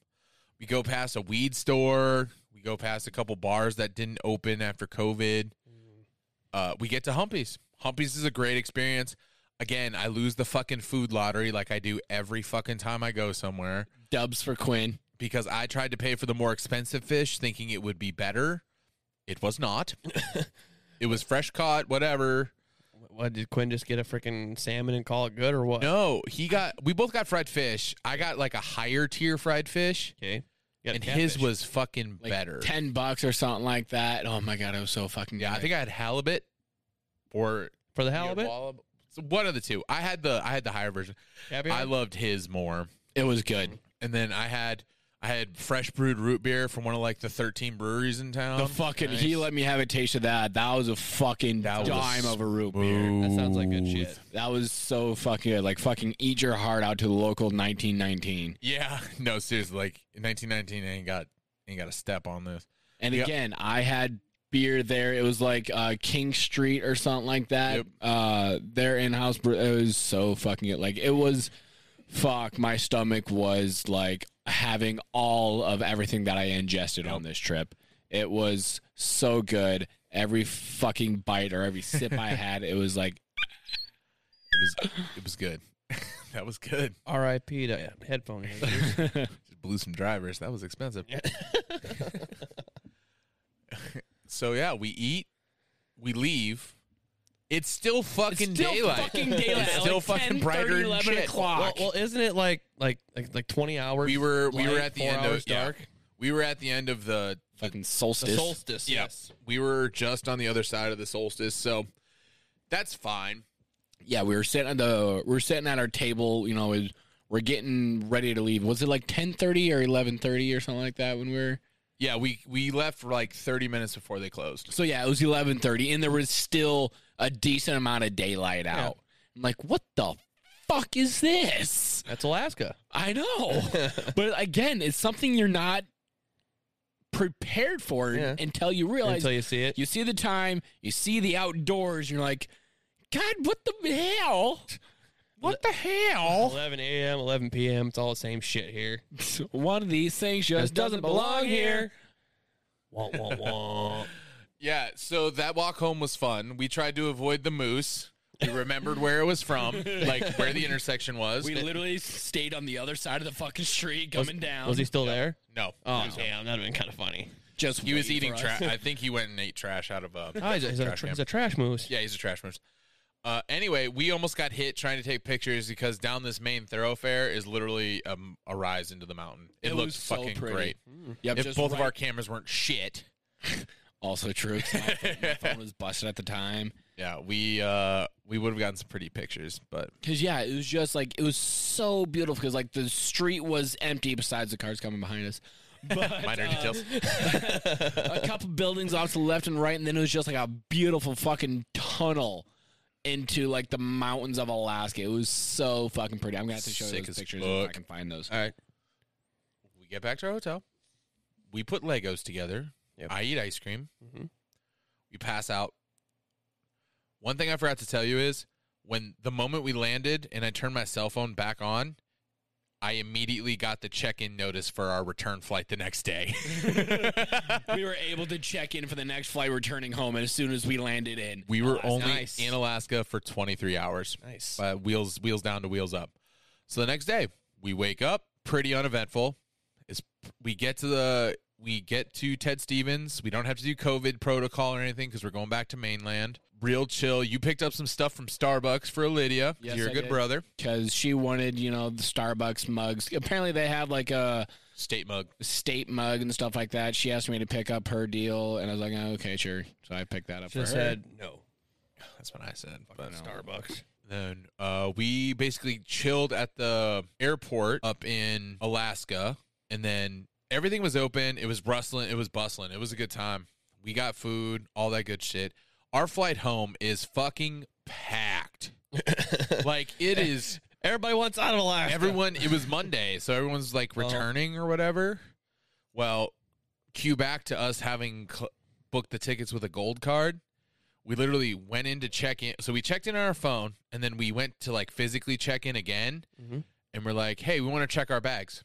Speaker 2: We go past a weed store. We go past a couple bars that didn't open after COVID. Uh, we get to Humpy's. Humpy's is a great experience. Again, I lose the fucking food lottery like I do every fucking time I go somewhere
Speaker 3: Dubs for Quinn.
Speaker 2: because I tried to pay for the more expensive fish thinking it would be better. It was not. it was fresh caught, whatever.
Speaker 1: What did Quinn just get a freaking salmon and call it good or what?
Speaker 2: No, he got, we both got fried fish. I got like a higher tier fried fish,
Speaker 1: Okay. You got
Speaker 2: and
Speaker 1: a
Speaker 2: his
Speaker 1: catfish.
Speaker 2: was fucking
Speaker 3: Like
Speaker 2: better.
Speaker 3: ten bucks or something like that. Oh my God! It was so fucking.
Speaker 2: Yeah, I
Speaker 3: good.
Speaker 2: think I had halibut or
Speaker 1: for the halibut.
Speaker 2: Wallab- so one of the two. I had the I had the higher version.
Speaker 1: Caviar?
Speaker 2: I loved his more.
Speaker 3: it was good.
Speaker 2: And then I had I had fresh brewed root beer from one of like the 13 breweries in town.
Speaker 3: The fucking he let me have a taste of that. That was a fucking
Speaker 2: That was
Speaker 3: dime of a root beer.
Speaker 1: that sounds like good shit.
Speaker 3: That was so fucking good. Like fucking eat your heart out to the local 1919.
Speaker 2: Yeah, no seriously like in 1919 I ain't got ain't got a step on this.
Speaker 3: And
Speaker 2: Yeah.
Speaker 3: again, I had beer there. It was like uh, King Street or something like that.
Speaker 2: Yep.
Speaker 3: Uh, their in-house brew. It was so fucking good. Like it was, fuck. My stomach was like having all of everything that I ingested on this trip. It was so good. Every fucking bite or every sip I had, it was like
Speaker 2: It was it was good. that was good.
Speaker 1: R.I.P. to headphone.
Speaker 2: Just blew some drivers. That was expensive. so yeah, we eat, we leave. It's still fucking daylight.
Speaker 3: daylight.
Speaker 2: It's still fucking brighter than shit.
Speaker 1: well, well, isn't it like like like like twenty hours?
Speaker 2: we were we were
Speaker 1: light,
Speaker 2: at the
Speaker 1: four
Speaker 2: end
Speaker 1: hours
Speaker 2: of yeah.
Speaker 1: dark.
Speaker 2: We were at the end of the
Speaker 3: fucking
Speaker 1: The
Speaker 3: solstice.
Speaker 1: solstice.
Speaker 2: yeah.
Speaker 1: Yes.
Speaker 2: We were just on the other side of the solstice, so That's fine.
Speaker 3: yeah, we were sitting at the we were sitting at our table. You know, is we're getting ready to leave. Was it like ten thirty or eleven thirty or something like that when we were?
Speaker 2: Yeah, we we left for like 30 minutes before they closed.
Speaker 3: So yeah, it was eleven thirty, and there was still a decent amount of daylight
Speaker 1: Yeah.
Speaker 3: out. I'm like, what the fuck is this?
Speaker 1: That's Alaska.
Speaker 3: I know, but again, it's something you're not prepared for
Speaker 1: Yeah.
Speaker 3: until you realize
Speaker 1: Until you see it.
Speaker 3: You see the time, you see the outdoors, you're like, God, what the hell? What the hell?
Speaker 1: 11 a.m., 11 p.m. It's all the same shit here.
Speaker 3: One of these things just doesn't belong here.
Speaker 1: Womp, womp, womp.
Speaker 2: Yeah, so that walk home was fun. We tried to avoid the moose. We remembered where it was from, like where the intersection was.
Speaker 3: We literally stayed on the other side of the fucking street coming down.
Speaker 1: Was he still there?
Speaker 2: no.
Speaker 1: Oh, damn. That would have been kind of funny.
Speaker 3: just
Speaker 2: He was
Speaker 3: waiting
Speaker 2: eating
Speaker 3: for
Speaker 2: trash.
Speaker 3: us.
Speaker 2: I think he went and ate trash out of uh,
Speaker 1: Oh, he's a, he's a,
Speaker 2: trash
Speaker 1: tr-
Speaker 2: can.
Speaker 1: he's a trash moose.
Speaker 2: Yeah, he's a trash moose. Uh, anyway, we almost got hit trying to take pictures because down this main thoroughfare is literally um, a rise into the mountain. It,
Speaker 3: It
Speaker 2: looks
Speaker 3: was so
Speaker 2: fucking
Speaker 3: pretty.
Speaker 2: great.
Speaker 3: Yep,
Speaker 2: If
Speaker 3: just
Speaker 2: both of
Speaker 3: right-
Speaker 2: our cameras weren't shit,
Speaker 3: also true. 'cause My phone, my phone was busted at the time.
Speaker 2: yeah, we uh, we would have gotten some pretty pictures. But
Speaker 3: Cause yeah, it was just like it was so beautiful. Cause like the street was empty besides the cars coming behind us. But
Speaker 2: minor
Speaker 3: uh,
Speaker 2: details.
Speaker 3: a couple buildings off to the left and right, and then it was just like a beautiful fucking tunnel into like the mountains of Alaska. It was so fucking pretty. I'm gonna have to show
Speaker 2: Sick
Speaker 3: you
Speaker 2: as
Speaker 3: those pictures if
Speaker 2: fuck.
Speaker 3: I can find those.
Speaker 1: All right.
Speaker 2: We get back to our hotel. We put Legos together.
Speaker 1: Yep.
Speaker 2: I eat ice cream.
Speaker 3: Mm-hmm.
Speaker 1: Mhm.
Speaker 2: We pass out. One thing I forgot to tell you is when the moment we landed and I turned my cell phone back on, I immediately got the check in notice for our return flight the next day.
Speaker 3: we were able to check in for the next flight returning home as soon as we landed in.
Speaker 2: we were
Speaker 3: that's
Speaker 2: only
Speaker 3: nice.
Speaker 2: in Alaska for 23 hours.
Speaker 1: Nice.
Speaker 2: Uh, wheels wheels down to wheels up. So the next day, we wake up pretty uneventful. It's we get to the we get to Ted Stevens. We don't have to do COVID protocol or anything because we're going back to mainland. Real chill. You picked up some stuff from Starbucks for Lydia. 'cause
Speaker 3: Yes,
Speaker 2: you're a
Speaker 3: I
Speaker 2: good
Speaker 3: did.
Speaker 2: brother.
Speaker 3: Because she wanted, you know, the Starbucks mugs. Apparently they have like a
Speaker 2: State mug.
Speaker 3: state mug and stuff like that. She asked me to pick up her deal and I was like, oh, okay, sure. So I picked that up
Speaker 1: Just
Speaker 3: for her.
Speaker 1: said no.
Speaker 2: That's what I said. But
Speaker 1: Fucking Starbucks.
Speaker 2: then uh, we basically chilled at the airport up in Alaska, and then everything was open. It was rustling. It was bustling. It was a good time. We got food, all that good shit. Our flight home is fucking packed. like it is.
Speaker 1: Everybody wants out of Alaska.
Speaker 2: Everyone. It was Monday, so everyone's like
Speaker 1: Oh.
Speaker 2: returning or whatever. Well, cue back to us having cl- booked the tickets with a gold card. We literally went in to check in. So we checked in on our phone, and then we went to like physically check in again,
Speaker 1: Mhm.
Speaker 2: and we're like, "Hey, we want to check our bags."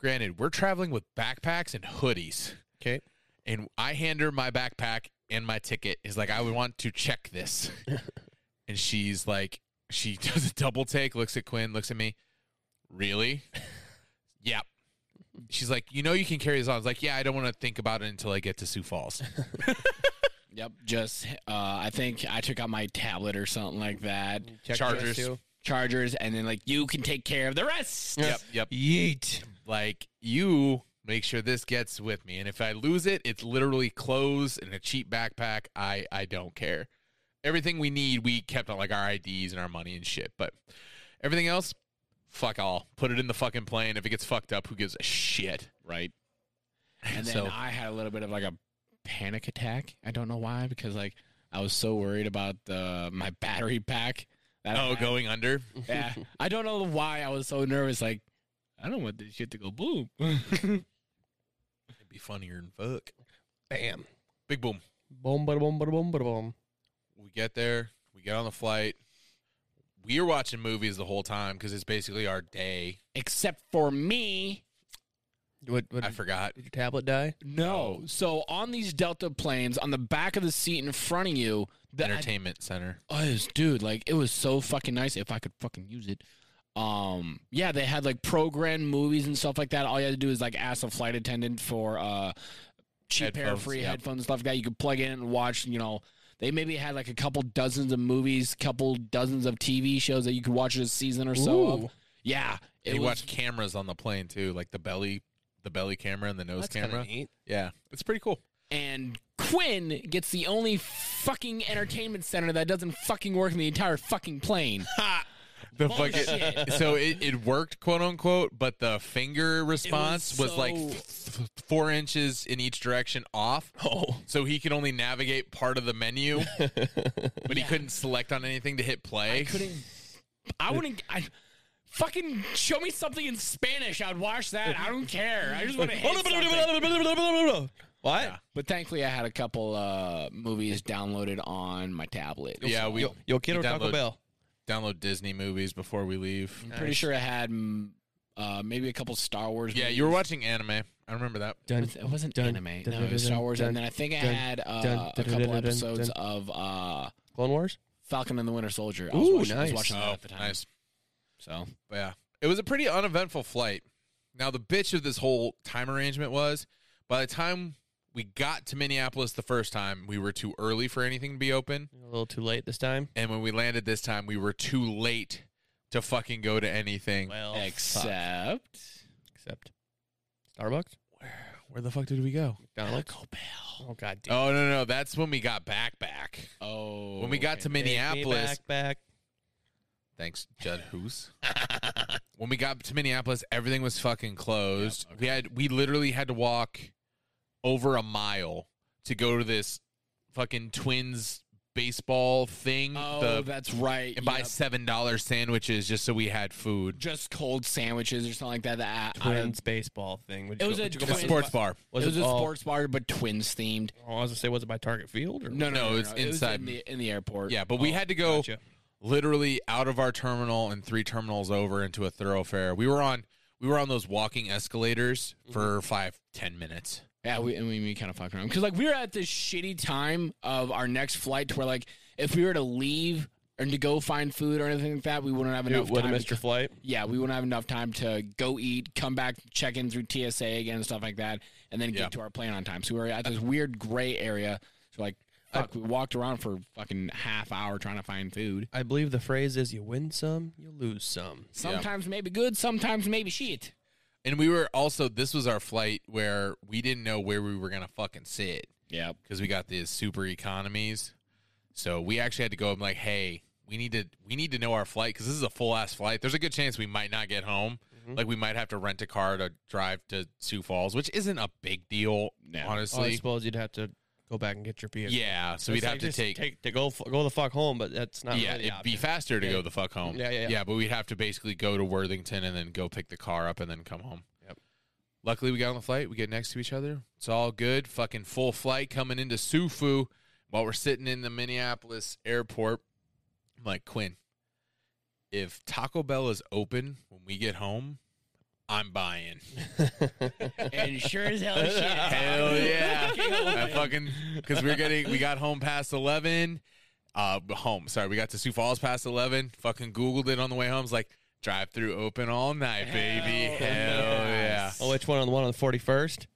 Speaker 2: Granted, we're traveling with backpacks and hoodies,
Speaker 1: Okay.
Speaker 2: and I hand her my backpack and my ticket. Is like, I would want to check this, and she's like, she does a double take, looks at Quinn, looks at me, really, yep. She's like, you know, you can carry this on. I was like, yeah, I don't want to think about it until I get to Sioux Falls.
Speaker 3: Yep, just uh, I think I took out my tablet or something like that,
Speaker 1: Check
Speaker 2: Chargers.
Speaker 1: those two.
Speaker 3: chargers, and then like you can take care of the rest.
Speaker 2: yep, yep.
Speaker 1: Yeet.
Speaker 2: Like you make sure this gets with me, and if I lose it, it's literally clothes and a cheap backpack. I I don't care. Everything we need, we kept on like our IDs and our money and shit, but everything else, fuck all. Put it in the fucking plane. If it gets fucked up, who gives a shit?
Speaker 3: Right. And then
Speaker 2: So-
Speaker 3: I had a little bit of like a panic attack. I don't know why, because like I was so worried about the my battery pack. That I
Speaker 2: Oh,
Speaker 3: had.
Speaker 2: going under.
Speaker 3: Yeah, I don't know why I was so nervous. Like I don't want this shit to go boom.
Speaker 2: It'd be funnier than fuck.
Speaker 1: Bam.
Speaker 2: Big boom.
Speaker 1: Boom, bada boom, bada boom, bada boom.
Speaker 2: we get there, we get on the flight. We are watching movies the whole time because it's basically our day.
Speaker 3: Except for me,
Speaker 1: What, what,
Speaker 2: I forgot.
Speaker 1: did your tablet die?
Speaker 3: no. So on these Delta planes, on the back of the seat in front of you, the
Speaker 2: Entertainment center.
Speaker 3: Oh, it was- dude, like it was so fucking nice. If I could fucking use it, um, yeah, they had like programmed movies and stuff like that. All you had to do is like ask a flight attendant for uh cheap pair of
Speaker 2: Headphones,
Speaker 3: free
Speaker 2: yeah.
Speaker 3: headphones and stuff like that. You could plug in and watch. You know, they maybe had like a couple dozens of movies, couple dozens of TV shows that you could watch this season or so. of.
Speaker 1: Ooh.
Speaker 3: Yeah, it
Speaker 2: And you
Speaker 3: was
Speaker 2: watch cameras on the plane too, like the belly, the belly camera and the nose
Speaker 1: That's kinda
Speaker 2: camera.
Speaker 1: neat.
Speaker 2: Yeah, it's pretty cool.
Speaker 3: and Quinn gets the only fucking entertainment center that doesn't fucking work in the entire fucking plane.
Speaker 2: The fucking, so it, it worked, quote unquote, but the finger response was,
Speaker 3: so-
Speaker 2: like f- f- four inches in each direction off.
Speaker 1: Oh.
Speaker 2: So he could only navigate part of the menu, but he couldn't select on anything to hit play.
Speaker 3: I couldn't. I wouldn't. I fucking show me something in Spanish. I'd watch that. I don't care. I just want to hit something.
Speaker 1: What?
Speaker 3: But thankfully, I had a couple uh, movies downloaded on my tablet.
Speaker 2: Yeah, we
Speaker 1: Yo, yo kid
Speaker 2: we
Speaker 1: or Taco
Speaker 2: download-
Speaker 1: Bell?
Speaker 2: download Disney movies before we leave.
Speaker 3: I'm pretty sure I had mm, uh, maybe a couple Star Wars.
Speaker 2: Yeah,
Speaker 3: movies.
Speaker 2: you were watching anime. I remember that.
Speaker 1: Dun,
Speaker 3: It wasn't
Speaker 1: dun,
Speaker 3: anime.
Speaker 1: dun,
Speaker 3: No, it was
Speaker 1: dun,
Speaker 3: Star Wars,
Speaker 1: dun,
Speaker 3: and then I think I
Speaker 1: dun,
Speaker 3: had
Speaker 1: dun,
Speaker 3: uh, a
Speaker 1: dun, dun,
Speaker 3: couple
Speaker 1: dun, dun,
Speaker 3: episodes
Speaker 1: dun.
Speaker 3: of uh,
Speaker 1: Clone Wars?
Speaker 3: Falcon and the Winter Soldier. I was
Speaker 1: Ooh,
Speaker 3: watching, I was
Speaker 1: nice.
Speaker 3: watching that
Speaker 2: Oh,
Speaker 3: at the time.
Speaker 2: nice.
Speaker 3: So
Speaker 2: But yeah, it was a pretty uneventful flight. Now the bitch of this whole time arrangement was, by the time we got to Minneapolis the first time, we were too early for anything to be open,
Speaker 1: A little too late this time.
Speaker 2: and when we landed this time, we were too late to fucking go to anything.
Speaker 1: Well,
Speaker 3: except
Speaker 1: except Starbucks,
Speaker 2: Where the fuck did we go?
Speaker 1: McDonald's. Oh god damn.
Speaker 2: Oh no no, that's when we got back back.
Speaker 3: oh,
Speaker 2: When we got to
Speaker 1: Take me
Speaker 2: Minneapolis,
Speaker 1: back, back.
Speaker 2: Thanks, Judd Hoos. when we got to Minneapolis, everything was fucking closed. We had we literally had to walk over a mile to go to this fucking twins baseball thing.
Speaker 3: oh,
Speaker 2: the-
Speaker 3: that's right.
Speaker 2: and buy
Speaker 3: Yep.
Speaker 2: seven dollar sandwiches just so we had food.
Speaker 3: just cold sandwiches or something like that. that I- I-
Speaker 1: Twins baseball thing. Would
Speaker 3: It
Speaker 1: you
Speaker 3: was
Speaker 1: go-
Speaker 3: a
Speaker 1: would you go
Speaker 2: The
Speaker 3: twin-
Speaker 1: by-
Speaker 2: sports bar.
Speaker 1: Was
Speaker 3: it was
Speaker 1: it
Speaker 3: a
Speaker 1: all-
Speaker 3: sports bar, but twins themed.
Speaker 1: Oh, I was gonna say, was it by Target Field? Or
Speaker 3: No, no,
Speaker 2: No,
Speaker 3: no,
Speaker 2: it's
Speaker 3: no, it was
Speaker 2: inside.
Speaker 3: in the, in the airport.
Speaker 2: Yeah, but we
Speaker 1: Oh,
Speaker 2: had to go
Speaker 1: gotcha.
Speaker 2: literally out of our terminal and three terminals over into a thoroughfare. We were on we were on those walking escalators for five ten minutes.
Speaker 3: yeah, we, and we, we kind of fucked around because like we were at this shitty time of our next flight, to where like if we were to leave and to go find food or anything like that, we wouldn't have enough
Speaker 1: Dude, would
Speaker 3: time.
Speaker 1: have
Speaker 3: to
Speaker 1: missed your flight.
Speaker 3: yeah, we wouldn't have enough time to go eat, come back, check in through TSA again and stuff like that, and then get
Speaker 2: Yeah.
Speaker 3: to our plane on time. So we were at this weird gray area. So like, fuck, we walked around for fucking half hour trying to find food.
Speaker 1: I believe the phrase is, "You win some, you lose some."
Speaker 3: Sometimes maybe good, sometimes maybe shit.
Speaker 2: And we were also this was our flight where we didn't know where we were gonna fucking sit
Speaker 3: Yep.
Speaker 2: because we got these super economies. So we actually had to go. I'm like, hey, we need to we need to know our flight because this is a full ass flight. There's a good chance we might not get home. Like we might have to rent a car to drive to Sioux Falls, which isn't a big deal,
Speaker 3: No.
Speaker 1: Oh, I
Speaker 2: honestly.
Speaker 1: suppose you'd have to go back and get your vehicle.
Speaker 2: yeah, so we'd
Speaker 1: It's
Speaker 2: have
Speaker 1: like
Speaker 2: to
Speaker 1: just
Speaker 2: take,
Speaker 1: to go f- go the fuck home, but that's not
Speaker 2: yeah,
Speaker 1: really
Speaker 2: it'd be faster to
Speaker 1: Yeah.
Speaker 2: go the fuck home.
Speaker 1: Yeah, yeah, yeah.
Speaker 2: but we'd have to basically go to Worthington and then go pick the car up and then come home.
Speaker 1: Yep.
Speaker 2: Luckily, we got on the flight. We get next to each other. It's all good. Fucking full flight coming into Sufu while we're sitting in the Minneapolis airport. I'm like, Quinn, if Taco Bell is open when we get home, I'm buying.
Speaker 3: and sure as hell shit.
Speaker 2: Hell yeah. I fucking because we're getting we got home past eleven. Uh home. Sorry, we got to Sioux Falls past eleven. Fucking Googled it on the way home. It's like drive through open all night, baby. Hell yeah.
Speaker 1: Oh, which one on the one on the forty first?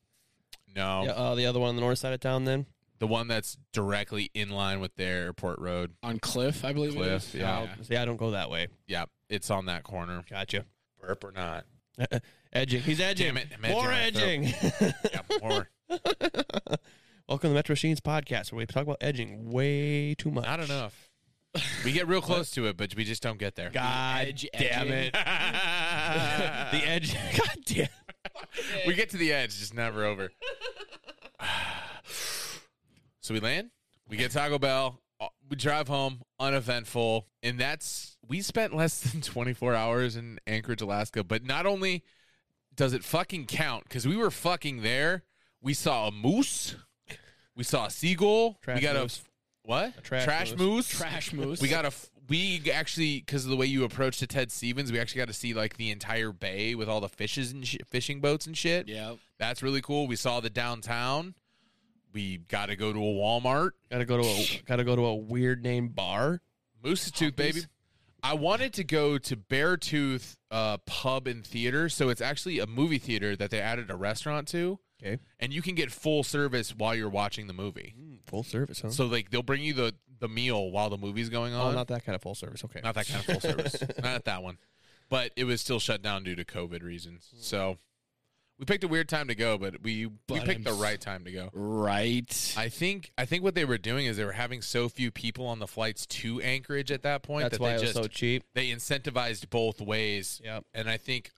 Speaker 2: No. Oh.
Speaker 1: Yeah, uh, the other one on the north side of town. Then
Speaker 2: The one that's directly in line with their airport road.
Speaker 3: On Cliff, I believe it
Speaker 2: Cliff,
Speaker 3: is.
Speaker 2: yeah.
Speaker 1: Oh, see, I don't go that way.
Speaker 2: Yeah. It's on that corner.
Speaker 1: Gotcha.
Speaker 2: Burp or not.
Speaker 1: Edging. He's edging.
Speaker 2: Damn it, I'm edging
Speaker 1: More
Speaker 2: my
Speaker 1: edging.
Speaker 2: Yeah, more.
Speaker 1: Welcome to the Metro Machines podcast, where we talk about edging way too much.
Speaker 2: Not enough. We get real close to it, but we just don't get there.
Speaker 1: God
Speaker 3: Edge
Speaker 1: damn
Speaker 3: edging.
Speaker 1: it. the edge. God damn.
Speaker 2: we get to the edge, just never over. so we land, we get Taco Bell, uh, we drive home, uneventful, and that's we spent less than 24 hours in Anchorage, Alaska. But not only does it fucking count because we were fucking there, we saw a moose, we saw a seagull,
Speaker 1: Trash
Speaker 2: we got
Speaker 1: moose.
Speaker 2: a what?
Speaker 1: trash moose.
Speaker 2: moose.
Speaker 3: Trash moose.
Speaker 2: We got a. f- We actually, because of the way you approached to Ted Stevens, we actually got to see like the entire bay with all the fishes and sh- fishing boats and shit.
Speaker 3: Yep.
Speaker 2: That's really cool. We saw the downtown. We got to go to a Walmart.
Speaker 1: Gotta go to a gotta go to a weird name bar.
Speaker 2: Moose Tooth, baby. I wanted to go to Bear Tooth uh, Pub and Theater. So it's actually a movie theater that they added a restaurant to,
Speaker 1: Okay. Mm.
Speaker 2: and you can get full service while you're watching the movie.
Speaker 1: Full service, huh?
Speaker 2: So like they'll bring you the the meal while the movie's going
Speaker 1: oh,
Speaker 2: on.
Speaker 1: not that kind of full service. Okay.
Speaker 2: Not that kind of full service. Not that one. But it was still shut down due to COVID reasons. So We picked a weird time to go, but we we
Speaker 1: But
Speaker 2: picked the
Speaker 1: I'm s-
Speaker 2: right time to go.
Speaker 3: Right.
Speaker 2: I think I think what they were doing is they were having so few people on the flights to Anchorage at that point
Speaker 1: That's
Speaker 2: that
Speaker 1: why it
Speaker 2: they
Speaker 1: was
Speaker 2: just
Speaker 1: so cheap.
Speaker 2: they incentivized both ways.
Speaker 1: Yep.
Speaker 2: And I think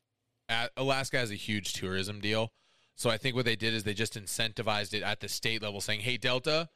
Speaker 2: a- Alaska has a huge tourism deal. So I think what they did is they just incentivized it at the state level saying, "Hey Delta,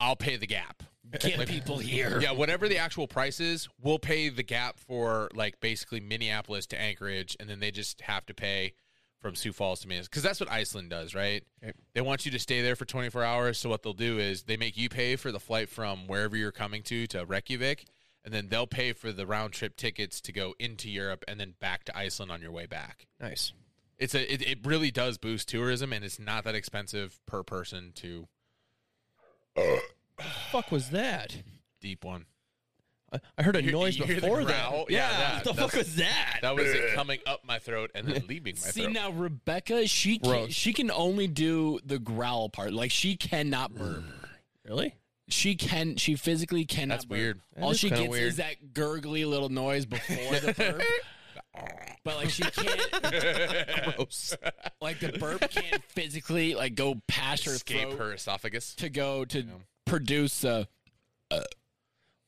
Speaker 2: I'll pay the gap."
Speaker 3: Get
Speaker 2: Like-
Speaker 3: people here.
Speaker 2: Yeah, whatever the actual price is, we'll pay the gap for like basically Minneapolis to Anchorage, and then they just have to pay from Sioux Falls to Minneapolis because that's what Iceland does, right?
Speaker 1: Okay.
Speaker 2: They want you to stay there for 24 hours. So what they'll do is they make you pay for the flight from wherever you're coming to to Reykjavik, and then they'll pay for the round trip tickets to go into Europe and then back to Iceland on your way back.
Speaker 1: Nice.
Speaker 2: It's a it, it really does boost tourism, and it's not that expensive per person to
Speaker 1: fuck was that?
Speaker 2: deep one.
Speaker 1: I, I heard a
Speaker 2: You-
Speaker 1: noise
Speaker 2: you hear the
Speaker 1: before
Speaker 2: growl?
Speaker 1: that.
Speaker 2: Yeah, that-
Speaker 1: what the fuck
Speaker 2: that's-
Speaker 1: was that?
Speaker 2: That was it coming up my throat and then leaving my
Speaker 3: See
Speaker 2: throat.
Speaker 3: now, Rebecca, she can,
Speaker 1: Gross.
Speaker 3: she can only do the growl part. Like she cannot burp.
Speaker 1: really?
Speaker 3: She can. She physically cannot.
Speaker 2: Mm. That's
Speaker 3: burp.
Speaker 2: weird.
Speaker 1: That
Speaker 3: All
Speaker 1: is
Speaker 3: she
Speaker 1: kinda
Speaker 3: gets
Speaker 1: weird.
Speaker 3: is that gurgly little noise before the burp. but like she can't.
Speaker 1: Gross.
Speaker 3: Like the burp can't physically like go past her
Speaker 2: escape
Speaker 3: throat
Speaker 2: her esophagus.
Speaker 3: to go to produce a.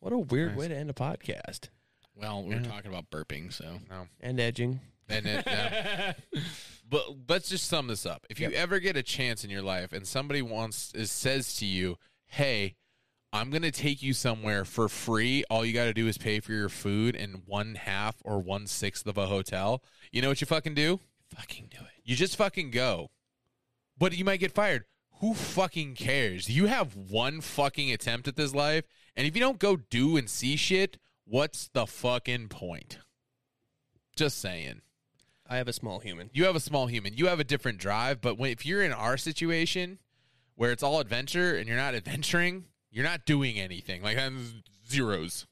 Speaker 1: What a weird way to end a podcast.
Speaker 3: Well, we were talking about burping, so
Speaker 1: And edging.
Speaker 2: And it, yeah. but let's just sum this up. If you ever get a chance in your life and somebody wants is, says to you, "Hey, I'm going to take you somewhere for free. All you got to do is pay for your food and one half or one sixth of a hotel." You know what you fucking do?
Speaker 3: fucking do it.
Speaker 2: You just fucking go. But you might get fired. Who fucking cares? You have one fucking attempt at this life, and if you don't go do and see shit, what's the fucking point? Just saying.
Speaker 1: I have a small human.
Speaker 2: You have a small human. You have a different drive, but when, if you're in our situation where it's all adventure and you're not adventuring, you're not doing anything. Like that's zeros.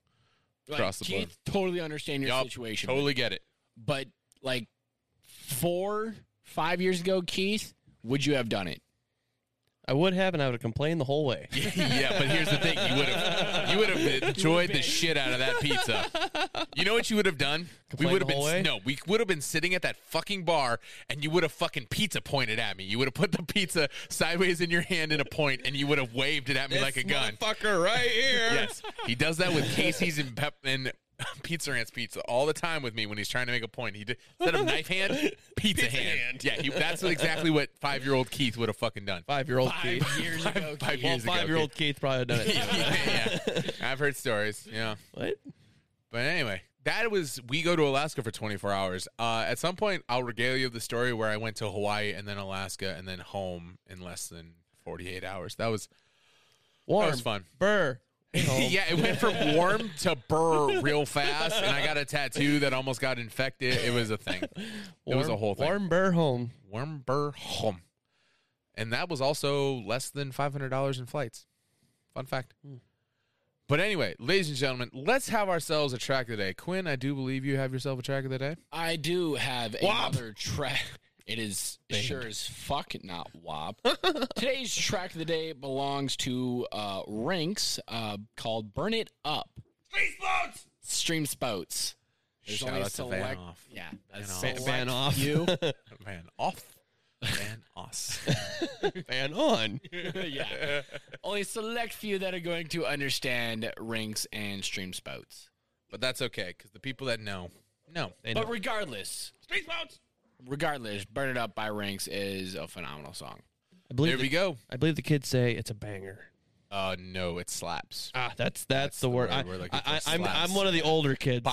Speaker 3: Like,
Speaker 2: Across the
Speaker 3: Keith, totally understand your
Speaker 2: Yup,
Speaker 3: situation.
Speaker 2: Totally get it.
Speaker 3: but like four, five years ago, Keith, would you have done it?
Speaker 1: I would have, and I would have complained the whole way.
Speaker 2: yeah, but here's the thing: you would have you would have enjoyed the shit out of that pizza. You know what you would have done?
Speaker 1: Complained
Speaker 2: we would have
Speaker 1: the
Speaker 2: been
Speaker 1: whole way?
Speaker 2: no, we would have been sitting at that fucking bar, and you would have fucking pizza pointed at me. You would have put the pizza sideways in your hand in a point, and you would have waved it at me like a gun.
Speaker 1: Fucker, right here.
Speaker 2: Yes, he does that with Casey's and pep and. Pizza Rant's pizza all the time with me when he's trying to make a point. He did, instead of knife hand, pizza, hand.
Speaker 1: hand.
Speaker 2: Yeah, he, that's exactly what five year old Keith would have fucking done.
Speaker 1: Five year old
Speaker 3: Five
Speaker 1: Keith.
Speaker 3: years ago,
Speaker 2: Five
Speaker 3: Keith.
Speaker 1: Well,
Speaker 2: years ago,
Speaker 1: five year old Keith probably have done it.
Speaker 2: yeah, yeah. I've heard stories. Yeah.
Speaker 1: What?
Speaker 2: But anyway, that was we go to Alaska for 24 hours. Uh, at some point, I'll regale you of the story where I went to Hawaii and then Alaska and then home in less than 48 hours. That was
Speaker 1: Warm.
Speaker 2: fun.
Speaker 1: Burr.
Speaker 2: yeah, it went from warm to burr real fast, and I got a tattoo that almost got infected. It was a thing. it was a
Speaker 1: Warm-
Speaker 2: whole thing.
Speaker 1: Warm burr home.
Speaker 2: Warm burr home, and that was also less than 500 dollars in flights. Fun fact.
Speaker 1: Hmm.
Speaker 2: But anyway, ladies and gentlemen, let's have ourselves a track of the day. Quinn, I do believe you have yourself a track of the day.
Speaker 3: I do have
Speaker 2: Wop.
Speaker 3: another track. It is sure as fuck not WAP. Today's track of the day belongs to uh, Rinks uh, called Burn It Up. Stream Spoats! There's
Speaker 2: Shout
Speaker 3: only a
Speaker 2: out to Van
Speaker 3: select.
Speaker 2: Off.
Speaker 3: Yeah.
Speaker 2: Van
Speaker 3: That's
Speaker 2: Off.
Speaker 1: Ban, ban off.
Speaker 3: You.
Speaker 2: Van off. Van us.
Speaker 1: ban on.
Speaker 3: yeah. Only a select few that are going to understand Rinks and Stream Spoats.
Speaker 2: But that's okay, because the people that know, know. They know.
Speaker 3: But regardless, regardless, Burn It Up by Rinks is a phenomenal song.
Speaker 1: I
Speaker 2: There
Speaker 1: believe.
Speaker 2: we
Speaker 1: The,
Speaker 2: go.
Speaker 1: I believe the kids say it's a banger.
Speaker 2: Uh, no, it slaps.
Speaker 1: Ah, that's that's, the, word.
Speaker 2: word
Speaker 1: I,
Speaker 2: we're looking for,
Speaker 1: I, I, am
Speaker 2: slaps.
Speaker 1: I'm one of the older kids.
Speaker 2: Bops.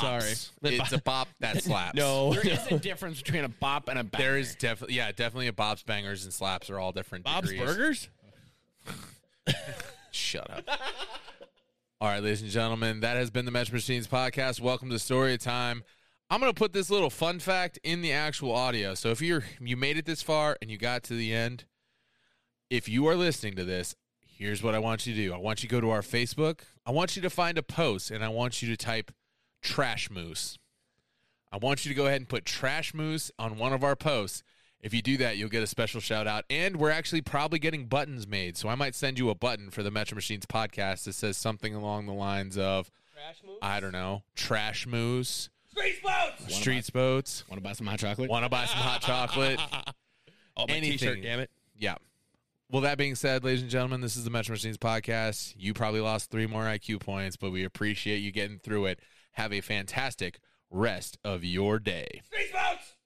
Speaker 1: Sorry.
Speaker 2: It's a bop that slaps.
Speaker 1: no.
Speaker 3: There is a difference between a bop and a banger.
Speaker 2: There is definitely, yeah, definitely a Bob's Bangers and slaps are all different.
Speaker 1: Bob's
Speaker 2: degrees.
Speaker 1: Burgers.
Speaker 2: Shut up. All right, ladies and gentlemen, that has been the Metro Machines podcast. Welcome to Story Time. I'm going to put this little fun fact in the actual audio. So if you're you made it this far and you got to the end, if you are listening to this, here's what I want you to do. I want you to go to our Facebook. I want you to find a post and I want you to type trash moose. I want you to go ahead and put trash moose on one of our posts. If you do that, you'll get a special shout out. And we're actually probably getting buttons made. So I might send you a button for the Metro Machines podcast that says something along the lines of I don't know, trash moose,
Speaker 3: Wanna
Speaker 2: streets boats,
Speaker 3: buy- Wanna buy some hot chocolate?
Speaker 2: want to buy some hot chocolate.
Speaker 1: Oh, my
Speaker 2: Anything.
Speaker 1: t-shirt, damn it.
Speaker 2: Yeah. Well, that being said, ladies and gentlemen, this is the Metro Machines podcast. You probably lost three more IQ points, but we appreciate you getting through it. Have a fantastic rest of your day.